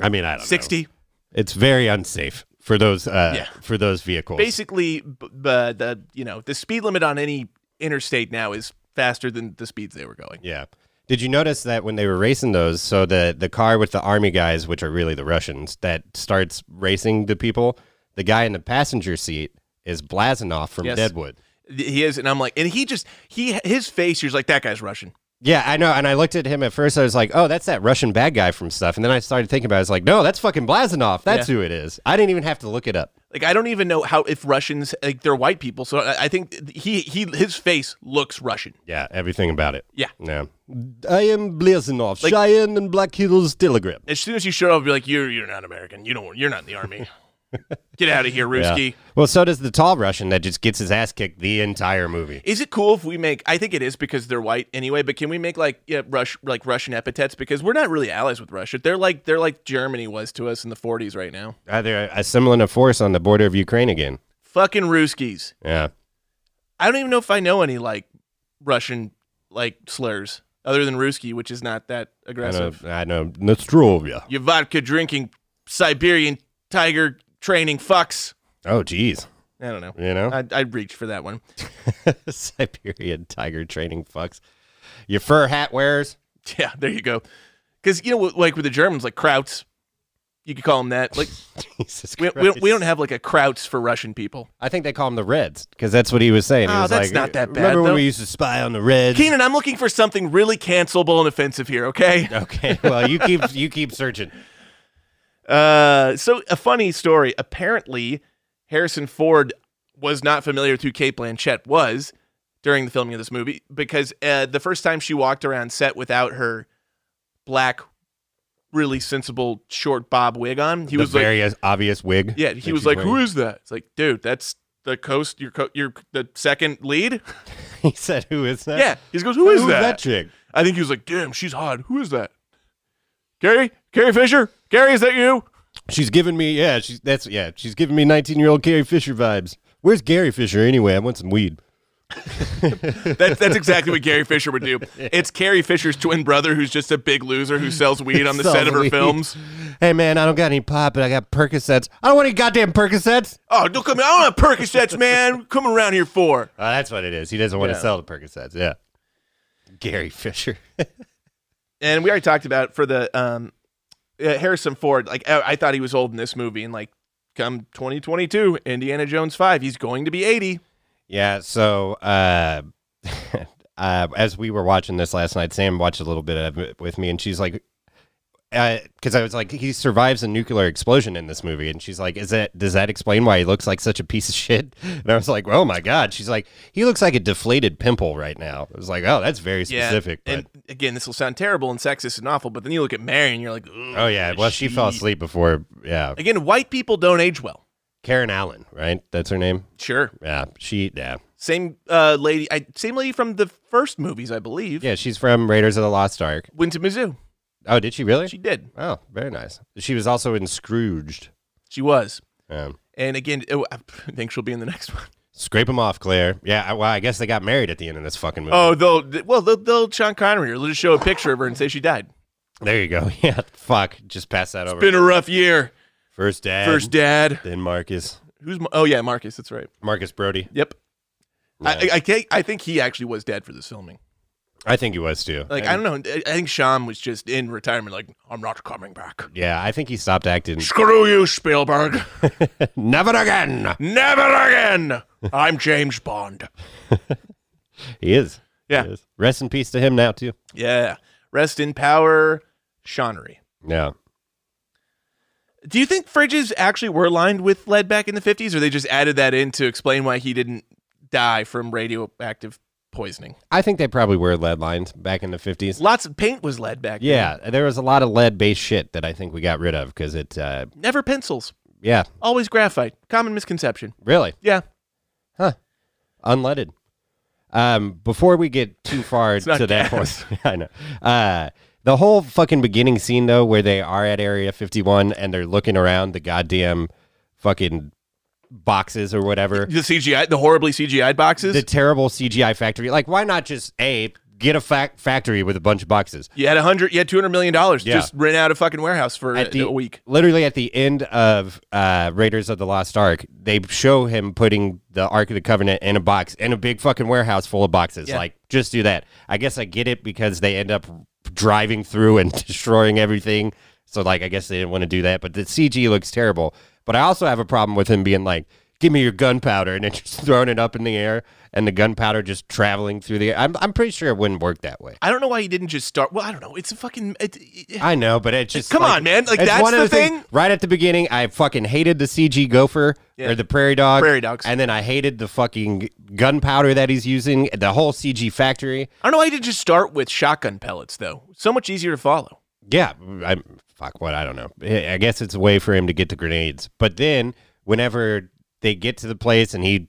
Speaker 4: I mean, I don't
Speaker 1: 60.
Speaker 4: know. It's very unsafe for those uh,
Speaker 1: Yeah.
Speaker 4: for those vehicles.
Speaker 1: basically b- b- the you know the speed limit on any interstate now is faster than the speeds they were going.
Speaker 4: Yeah. Did you notice that when they were racing those, so the the car with the army guys, which are really the Russians, that starts racing the people, the guy in the passenger seat is Blazanoff from
Speaker 1: Yes.
Speaker 4: Deadwood.
Speaker 1: Th- He is, and I'm like, and he just he his face. You're just like that guy's Russian.
Speaker 4: Yeah, I know. And I looked at him at first. I was like, "Oh, that's that Russian bad guy from stuff." And then I started thinking about. it. I was like, "No, that's fucking Blazanoff. That's who it is." I didn't even have to look it up.
Speaker 1: Like I don't even know how if Russians like they're white people. So I, I think th- he he his face looks Russian.
Speaker 4: Yeah, everything about it.
Speaker 1: Yeah.
Speaker 4: Yeah. I am Blazanoff, Cheyenne and Black Hills Telegram.
Speaker 1: As soon as you show up, you're like, you're you're not American. You don't you're not in the army. Get out of here,
Speaker 4: Yeah.
Speaker 1: Ruski.
Speaker 4: Well, so does the tall Russian that just gets his ass kicked the entire movie.
Speaker 1: Is it cool if we make? I think it is because they're white anyway. But can we make like yeah, Rush like Russian epithets because we're not really allies with Russia. They're like they're like Germany was to us in the 40s right now.
Speaker 4: Uh, they're assembling a force on the border of Ukraine again.
Speaker 1: Fucking Ruskies.
Speaker 4: Yeah.
Speaker 1: I don't even know if I know any like Russian like slurs other than Ruski, which is not that
Speaker 4: I know.
Speaker 1: aggressive.
Speaker 4: I know. Nostrovia.
Speaker 1: You vodka drinking Siberian tiger training fucks.
Speaker 4: Oh, geez.
Speaker 1: I don't know.
Speaker 4: You know?
Speaker 1: I I reached for that one.
Speaker 4: Siberian tiger training fucks. Your fur hat wearers.
Speaker 1: Yeah, there you go. Because you know, like with the Germans, like Krauts, You could call him that. Like
Speaker 4: Jesus
Speaker 1: we,
Speaker 4: Christ.
Speaker 1: we, don't, we don't have like a Krauts for Russian people.
Speaker 4: I think they call them the Reds because that's what he was saying. He
Speaker 1: Oh,
Speaker 4: was
Speaker 1: that's
Speaker 4: like,
Speaker 1: not that bad,
Speaker 4: Remember when
Speaker 1: though."
Speaker 4: we used to spy on the Reds?
Speaker 1: Keenan, I'm looking for something really cancelable and offensive here. Okay.
Speaker 4: Okay, well you keep you keep searching.
Speaker 1: Uh, so a funny story. Apparently, Harrison Ford was not familiar with who Kate Blanchett was during the filming of this movie because uh, the first time she walked around set without her black, really sensible short bob wig on, he
Speaker 4: the
Speaker 1: was like,
Speaker 4: very obvious wig.
Speaker 1: "Yeah." He
Speaker 4: that
Speaker 1: was
Speaker 4: she's
Speaker 1: like, "Who
Speaker 4: wearing.
Speaker 1: is that?" It's like, dude, that's the coast. Your co- your the second lead.
Speaker 4: He said, "Who is that?"
Speaker 1: Yeah, he goes, "Who is
Speaker 4: Who's
Speaker 1: that?"
Speaker 4: chick?
Speaker 1: I think he was like, "Damn, she's hot. Who is that?" Gary, Gary Fisher, Gary, is that you?
Speaker 4: She's giving me yeah. She's that's yeah. She's giving me nineteen year old Gary Fisher vibes. Where's Gary Fisher anyway? I want some weed.
Speaker 1: That's that's exactly what Gary Fisher would do. It's Carrie Fisher's twin brother who's just a big loser who sells weed on the set
Speaker 4: Sells
Speaker 1: of her
Speaker 4: weed.
Speaker 1: films.
Speaker 4: Hey man, I don't got any pot, but I got Percocets. I don't want any goddamn Percocets.
Speaker 1: Oh, don't come! I don't have Percocets, man. Coming around here for?
Speaker 4: Oh, that's what it is. He doesn't want
Speaker 1: Yeah.
Speaker 4: to sell the Percocets. Yeah, Gary Fisher.
Speaker 1: And we already talked about for the um, uh, Harrison Ford. Like I, I thought he was old in this movie, and like come 2022, Indiana Jones five, he's going to be 80.
Speaker 4: Yeah. So, uh, uh, as we were watching this last night, Sam watched a little bit of it with me, and she's like, because I was like, he survives a nuclear explosion in this movie, and she's like, is that does that explain why he looks like such a piece of shit? And I was like, oh my god. She's like, he looks like a deflated pimple right now. I was like, oh, that's very specific.
Speaker 1: And
Speaker 4: but.
Speaker 1: again, this will sound terrible and sexist and awful, but then you look at Mary and you're like, "Ugh,
Speaker 4: Oh yeah, well she fell asleep before. Yeah,
Speaker 1: Again, white people don't age well.
Speaker 4: Karen Allen, right? That's her name.
Speaker 1: Sure,
Speaker 4: Yeah, she. Yeah,
Speaker 1: same uh, lady, I, same lady from the first movies, I believe.
Speaker 4: yeah, she's from Raiders of the Lost Ark.
Speaker 1: went to Mizzou.
Speaker 4: Oh, did she really?
Speaker 1: She did.
Speaker 4: oh, very nice. She was also in Scrooged.
Speaker 1: She was.
Speaker 4: Um,
Speaker 1: And again, it- I think she'll be in the next one.
Speaker 4: Scrape them off, Claire. Yeah, I, well, I guess they got married at the end of this fucking movie.
Speaker 1: Oh, they'll th- well, they'll, they'll Sean Connery or they'll just show a picture of her and say she died.
Speaker 4: there you go. Yeah, fuck. Just pass that over.
Speaker 1: Been a rough year.
Speaker 4: First dad.
Speaker 1: First dad.
Speaker 4: Then Marcus.
Speaker 1: Who's? Ma- Oh yeah, Marcus. That's right.
Speaker 4: Marcus Brody.
Speaker 1: Yep. I,
Speaker 4: Yeah.
Speaker 1: I, I can't- I think he actually was dead for this filming.
Speaker 4: I think he was too.
Speaker 1: Like I don't know. I I think Sean was just in retirement. Like I'm not coming back.
Speaker 4: Yeah, I think he stopped acting.
Speaker 1: Screw you, Spielberg.
Speaker 4: Never again.
Speaker 1: Never again. I'm James Bond.
Speaker 4: He is.
Speaker 1: Yeah.
Speaker 4: He is. Rest in peace to him now too.
Speaker 1: Yeah. Rest in power, Seanery.
Speaker 4: Yeah.
Speaker 1: Do you think fridges actually were lined with lead back in the 50s, or they just added that in to explain why he didn't die from radioactive poisoning?
Speaker 4: I think they probably were lead lines back in the fifties.
Speaker 1: Lots of paint was lead back then.
Speaker 4: Yeah, there was a lot of lead-based shit that I think we got rid of because it. Uh,
Speaker 1: Never pencils,
Speaker 4: yeah,
Speaker 1: always graphite. Common misconception.
Speaker 4: really.
Speaker 1: Yeah,
Speaker 4: unleaded. Um, before we get too far
Speaker 1: not
Speaker 4: to that
Speaker 1: gas.
Speaker 4: point, I know. Uh, the whole fucking beginning scene though, where they are at Area 51 and they're looking around the goddamn fucking boxes or whatever,
Speaker 1: the CGI, the horribly CGI'd boxes.
Speaker 4: the terrible CGI factory. Like, why not just a get a fac- factory with a bunch of boxes?
Speaker 1: you had a hundred, you had two hundred million dollars.
Speaker 4: Yeah.
Speaker 1: Just rent out a fucking warehouse for a,
Speaker 4: At the-
Speaker 1: a week.
Speaker 4: Literally at the end of uh, Raiders of the Lost Ark, they show him putting the Ark of the Covenant in a box in a big fucking warehouse full of boxes.
Speaker 1: Yeah.
Speaker 4: Like, just do that. I guess I get it because they end up driving through and destroying everything. So, like, I guess they didn't want to do that. But the CG looks terrible. But I also have a problem with him being like, "Give me your gunpowder," and then just throwing it up in the air, and the gunpowder just traveling through the. air. I'm I'm pretty sure it wouldn't work that way.
Speaker 1: I don't know why he didn't just start. Well, I don't know. It's a fucking. It, it-
Speaker 4: I know, but it's just
Speaker 1: Come
Speaker 4: like-
Speaker 1: on, man. Like,
Speaker 4: it's
Speaker 1: that's
Speaker 4: one of
Speaker 1: the
Speaker 4: things-
Speaker 1: thing.
Speaker 4: Right at the beginning, I fucking hated the CG gopher
Speaker 1: Yeah.
Speaker 4: or the prairie dog,
Speaker 1: Prairie dogs.
Speaker 4: and then I hated the fucking gunpowder that he's using. The whole CG factory.
Speaker 1: I don't know why he didn't just start with shotgun pellets though. So much easier to follow.
Speaker 4: Yeah, I fuck what I don't know. I I guess it's a way for him to get the grenades. But then whenever they get to the place and he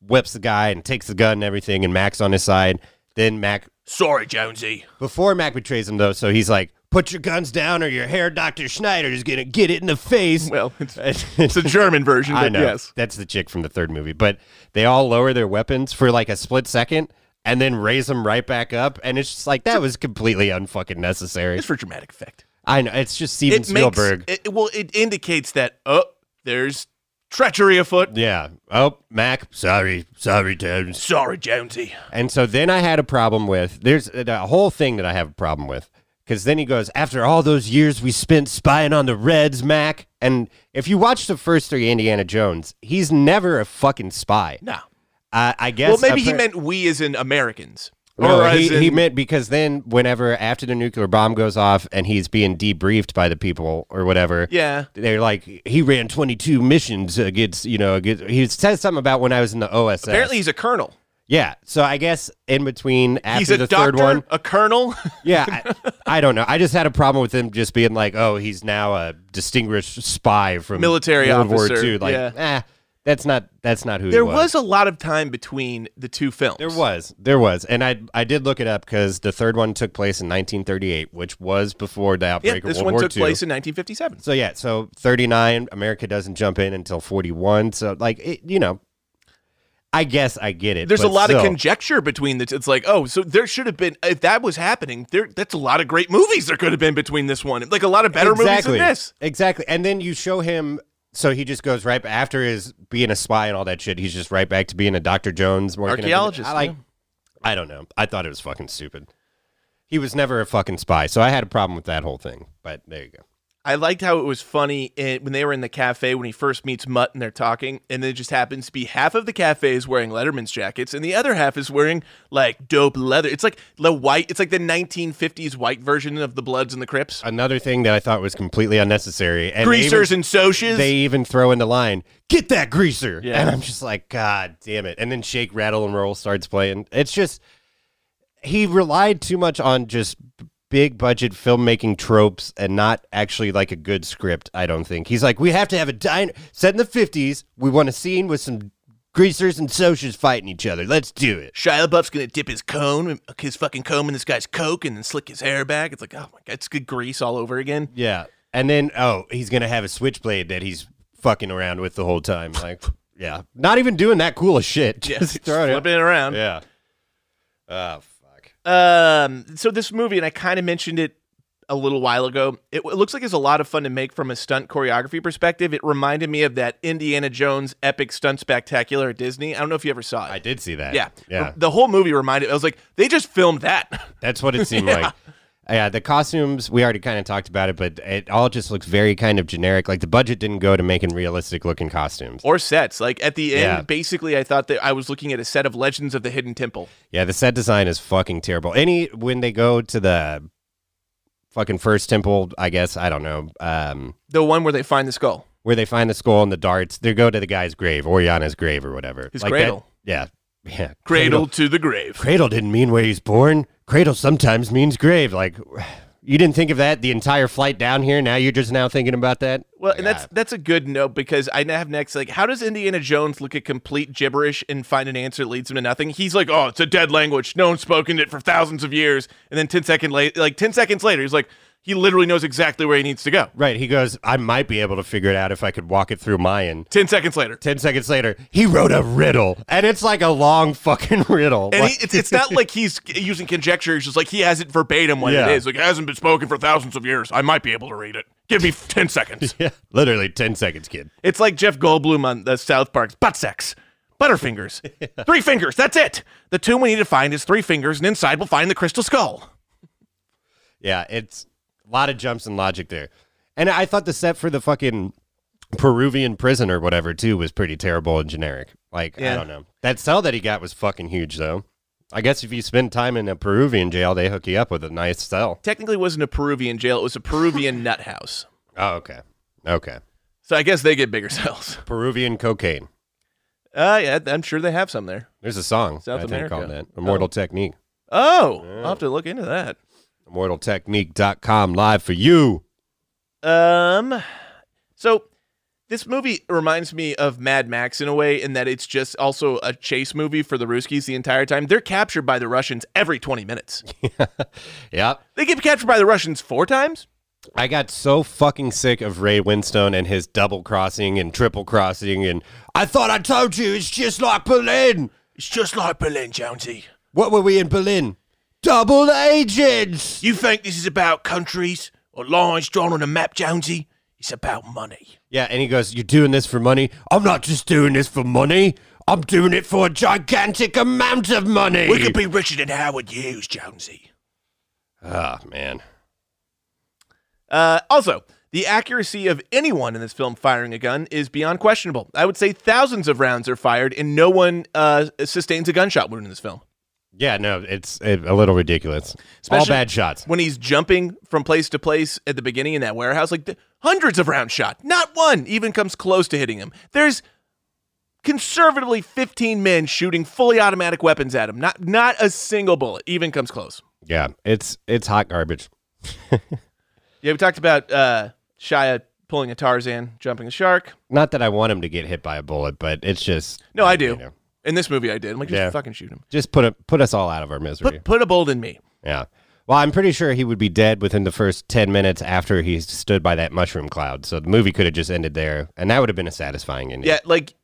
Speaker 4: whips the guy and takes the gun and everything, and Mac's on his side, then Mac
Speaker 1: Sorry, Jonesy.
Speaker 4: before Mac betrays him though, so he's like. Put your guns down, or your hair, Doctor Schneider is gonna get it in the face.
Speaker 1: Well, it's, it's a German version, but
Speaker 4: Uh, I know.
Speaker 1: yes.
Speaker 4: That's the chick from the third movie. But they all lower their weapons for like a split second and then raise them right back up. And it's just like, that was completely unfucking necessary.
Speaker 1: It's for dramatic effect.
Speaker 4: I know. It's just Steven Spielberg.
Speaker 1: makes it, well, it indicates that oh, there's treachery afoot.
Speaker 4: yeah. Oh, Mac. Sorry. Sorry, Towns.
Speaker 1: Sorry, Jonesy.
Speaker 4: And so then I had a problem with there's a whole thing that I have a problem with Because then he goes, after all those years we spent spying on the Reds, Mac. And if you watch the first three Indiana Jones, he's never a fucking spy.
Speaker 1: No.
Speaker 4: Uh, I guess.
Speaker 1: Well, maybe he
Speaker 4: appar-
Speaker 1: meant we as in Americans.
Speaker 4: No,
Speaker 1: Or
Speaker 4: he,
Speaker 1: as in-
Speaker 4: he meant because then, whenever after the nuclear bomb goes off and he's being debriefed by the people or whatever,
Speaker 1: Yeah.
Speaker 4: they're like, he ran 22 missions against, you know, against, he says something about when I was in the OSS.
Speaker 1: Apparently, he's a colonel.
Speaker 4: yeah. So I guess in between after
Speaker 1: He's a
Speaker 4: the
Speaker 1: doctor,
Speaker 4: third one,
Speaker 1: a colonel.
Speaker 4: yeah, I, I don't know. I just had a problem with him just being like, oh, he's now a distinguished spy from
Speaker 1: Military
Speaker 4: World War
Speaker 1: officer,
Speaker 4: II. Like,
Speaker 1: yeah.
Speaker 4: eh, that's not that's not who
Speaker 1: there
Speaker 4: he
Speaker 1: was a lot of time between the two films.
Speaker 4: There was, there was, and I I did look it up because the third one took place in 1938, which was before the outbreak
Speaker 1: Yeah,
Speaker 4: of
Speaker 1: this
Speaker 4: World
Speaker 1: one
Speaker 4: War
Speaker 1: took
Speaker 4: II.
Speaker 1: place in 1957.
Speaker 4: so yeah, so 39, America doesn't jump in until 41. So like, it, you know, I guess I get it.
Speaker 1: There's a
Speaker 4: but
Speaker 1: lot of
Speaker 4: still.
Speaker 1: conjecture between the. T- it's like, oh, so there should have been. If that was happening, there that's a lot of great movies there could have been between this one. Like a lot of better movies than this.
Speaker 4: Exactly. And then you show him so he just goes right after his being a spy and all that shit, he's just right back to being a Dr. Jones working at the-
Speaker 1: Archaeologist,
Speaker 4: I like
Speaker 1: yeah.
Speaker 4: I don't know. I thought it was fucking stupid. He was never a fucking spy, so I had a problem with that whole thing. But there you go.
Speaker 1: I liked how it was funny in, when they were in the cafe when he first meets Mutt and they're talking, and it just happens to be half of the cafe is wearing Letterman's jackets, and the other half is wearing like dope leather. It's like the white. It's like the 1950s white version of the Bloods and the Crips,
Speaker 4: Another thing that I thought was completely unnecessary and they even-
Speaker 1: greasers and socias.
Speaker 4: they even throw in the line, "Get that greaser,"
Speaker 1: Yeah.
Speaker 4: and I'm just like, "God damn it!" And then "Shake, Rattle, and Roll" starts playing. It's just he relied too much on just big budget filmmaking tropes and not actually like a good script. I don't think he's like, "We have to have a diner set in the '50s. We want a scene with some greasers and socias fighting each other. Let's do it."
Speaker 1: Shia LaBeouf's gonna dip his cone, his fucking comb in this guy's coke, and then slick his hair back. It's like, oh my god, it's good grease all over again.
Speaker 4: Yeah, and then oh, he's gonna have a switchblade that he's fucking around with the whole time, like. Yeah, not even doing that cool of shit.
Speaker 1: Yeah,
Speaker 4: Just throwing it.
Speaker 1: flipping it around.
Speaker 4: Yeah. Oh fuck.
Speaker 1: Um, so this movie, and I kind of mentioned it a little while ago. It, it looks like it's a lot of fun to make from a stunt choreography perspective. It reminded me of that Indiana Jones epic stunt spectacular at Disney. I don't know if you ever saw it.
Speaker 4: I did see that.
Speaker 1: yeah,
Speaker 4: Yeah.
Speaker 1: The whole movie reminded. I was like, they just filmed that.
Speaker 4: That's what it seemed like. Yeah, the costumes, we already kind of talked about it, but it all just looks very kind of generic. Like the budget didn't go to making realistic looking costumes.
Speaker 1: or sets. Like at the end,
Speaker 4: Yeah.
Speaker 1: basically, I thought that I was looking at a set of Legends of the Hidden Temple.
Speaker 4: Yeah, the set design is fucking terrible. Any when they go to the fucking first temple, I guess, I don't know, um,
Speaker 1: The one where they find the skull.
Speaker 4: where they find the skull and the darts, they go to the guy's grave, Oriana's grave or whatever.
Speaker 1: His
Speaker 4: Like that-
Speaker 1: cradle.
Speaker 4: yeah. Yeah.
Speaker 1: Cradle to the grave.
Speaker 4: cradle didn't mean where he's born. Cradle sometimes means grave. Like, you didn't think of that the entire flight down here. Now you're just now thinking about that.
Speaker 1: Well,
Speaker 4: Like,
Speaker 1: and that's
Speaker 4: ah,
Speaker 1: that's a good note because I now have next like how does Indiana Jones look at complete gibberish and find an answer that leads him to nothing? He's like, oh, it's a dead language. No one's spoken it for thousands of years. And then ten second later, like ten seconds later, he's like, he literally knows exactly where he needs to go.
Speaker 4: right. He goes, I might be able to figure it out if I could walk it through Mayan.
Speaker 1: Ten seconds later,
Speaker 4: Ten seconds later, he wrote a riddle, and it's like a long fucking riddle.
Speaker 1: and
Speaker 4: Like-
Speaker 1: he, it's, it's not like he's using conjecture. It's just like he has it verbatim what
Speaker 4: Yeah.
Speaker 1: it is. Like it hasn't been spoken for thousands of years. I might be able to read it. Give me ten seconds.
Speaker 4: yeah, literally ten seconds, kid.
Speaker 1: It's like Jeff Goldblum on the South Park's butt sex. Butterfingers. Three fingers. That's it. The tomb we need to find is three fingers, and inside we'll find the crystal skull.
Speaker 4: Yeah, it's a lot of jumps and logic there. And I thought the set for the fucking Peruvian prison or whatever too was pretty terrible and generic. Like I
Speaker 1: Yeah.
Speaker 4: don't know. That cell that he got was fucking huge though. I guess if you spend time in a Peruvian jail, they hook you up with a nice cell.
Speaker 1: Technically, it wasn't a Peruvian jail. It was a Peruvian nut house.
Speaker 4: Oh, okay. Okay.
Speaker 1: So I guess they get bigger cells.
Speaker 4: Peruvian cocaine.
Speaker 1: Uh, yeah, I'm sure they have some there.
Speaker 4: There's a song
Speaker 1: South
Speaker 4: I think
Speaker 1: America.
Speaker 4: called that. Immortal Technique.
Speaker 1: Oh, I'll have to look into that.
Speaker 4: ImmortalTechnique.com live for you.
Speaker 1: Um, so this movie reminds me of Mad Max in a way, in that it's just also a chase movie for the Ruskies the entire time. They're captured by the Russians every 20 minutes.
Speaker 4: Yep.
Speaker 1: They get captured by the Russians four times.
Speaker 4: I got so fucking sick of Ray Winstone and his double crossing and triple crossing and I thought I told you it's just like Berlin.
Speaker 1: It's just like Berlin, Jonesy.
Speaker 4: What were we in Berlin? Double agents.
Speaker 1: You think this is about countries or lines drawn on a map, Jonesy? It's about money.
Speaker 4: Yeah, and he goes, "You're doing this for money. I'm not just doing this for money. I'm doing it for a gigantic amount of money."
Speaker 1: We could be richer than Howard Hughes, Jonesy.
Speaker 4: Ah, man.
Speaker 1: Uh, also, the accuracy of anyone in this film firing a gun is beyond questionable. I would say thousands of rounds are fired, and no one uh, sustains a gunshot wound in this film.
Speaker 4: Yeah, no, it's uh, a little ridiculous. All
Speaker 1: Especially
Speaker 4: bad shots.
Speaker 1: When he's jumping from place to place at the beginning in that warehouse, like th- hundreds of round shot, not one even comes close to hitting him. There's conservatively 15 men shooting fully automatic weapons at him. Not not a single bullet even comes close.
Speaker 4: Yeah, it's it's hot garbage.
Speaker 1: Yeah, we talked about uh, Shia pulling a Tarzan, jumping a shark.
Speaker 4: Not that I want him to get hit by a bullet, but it's just
Speaker 1: No, I
Speaker 4: you
Speaker 1: do.
Speaker 4: know,
Speaker 1: In this movie, I did. I'm like, just
Speaker 4: Yeah.
Speaker 1: fucking shoot him.
Speaker 4: just put a, put us all out of our misery.
Speaker 1: Put, put a bolt in me.
Speaker 4: yeah. Well, I'm pretty sure he would be dead within the first ten minutes after he stood by that mushroom cloud. So the movie could have just ended there, and that would have been a satisfying ending.
Speaker 1: Yeah, like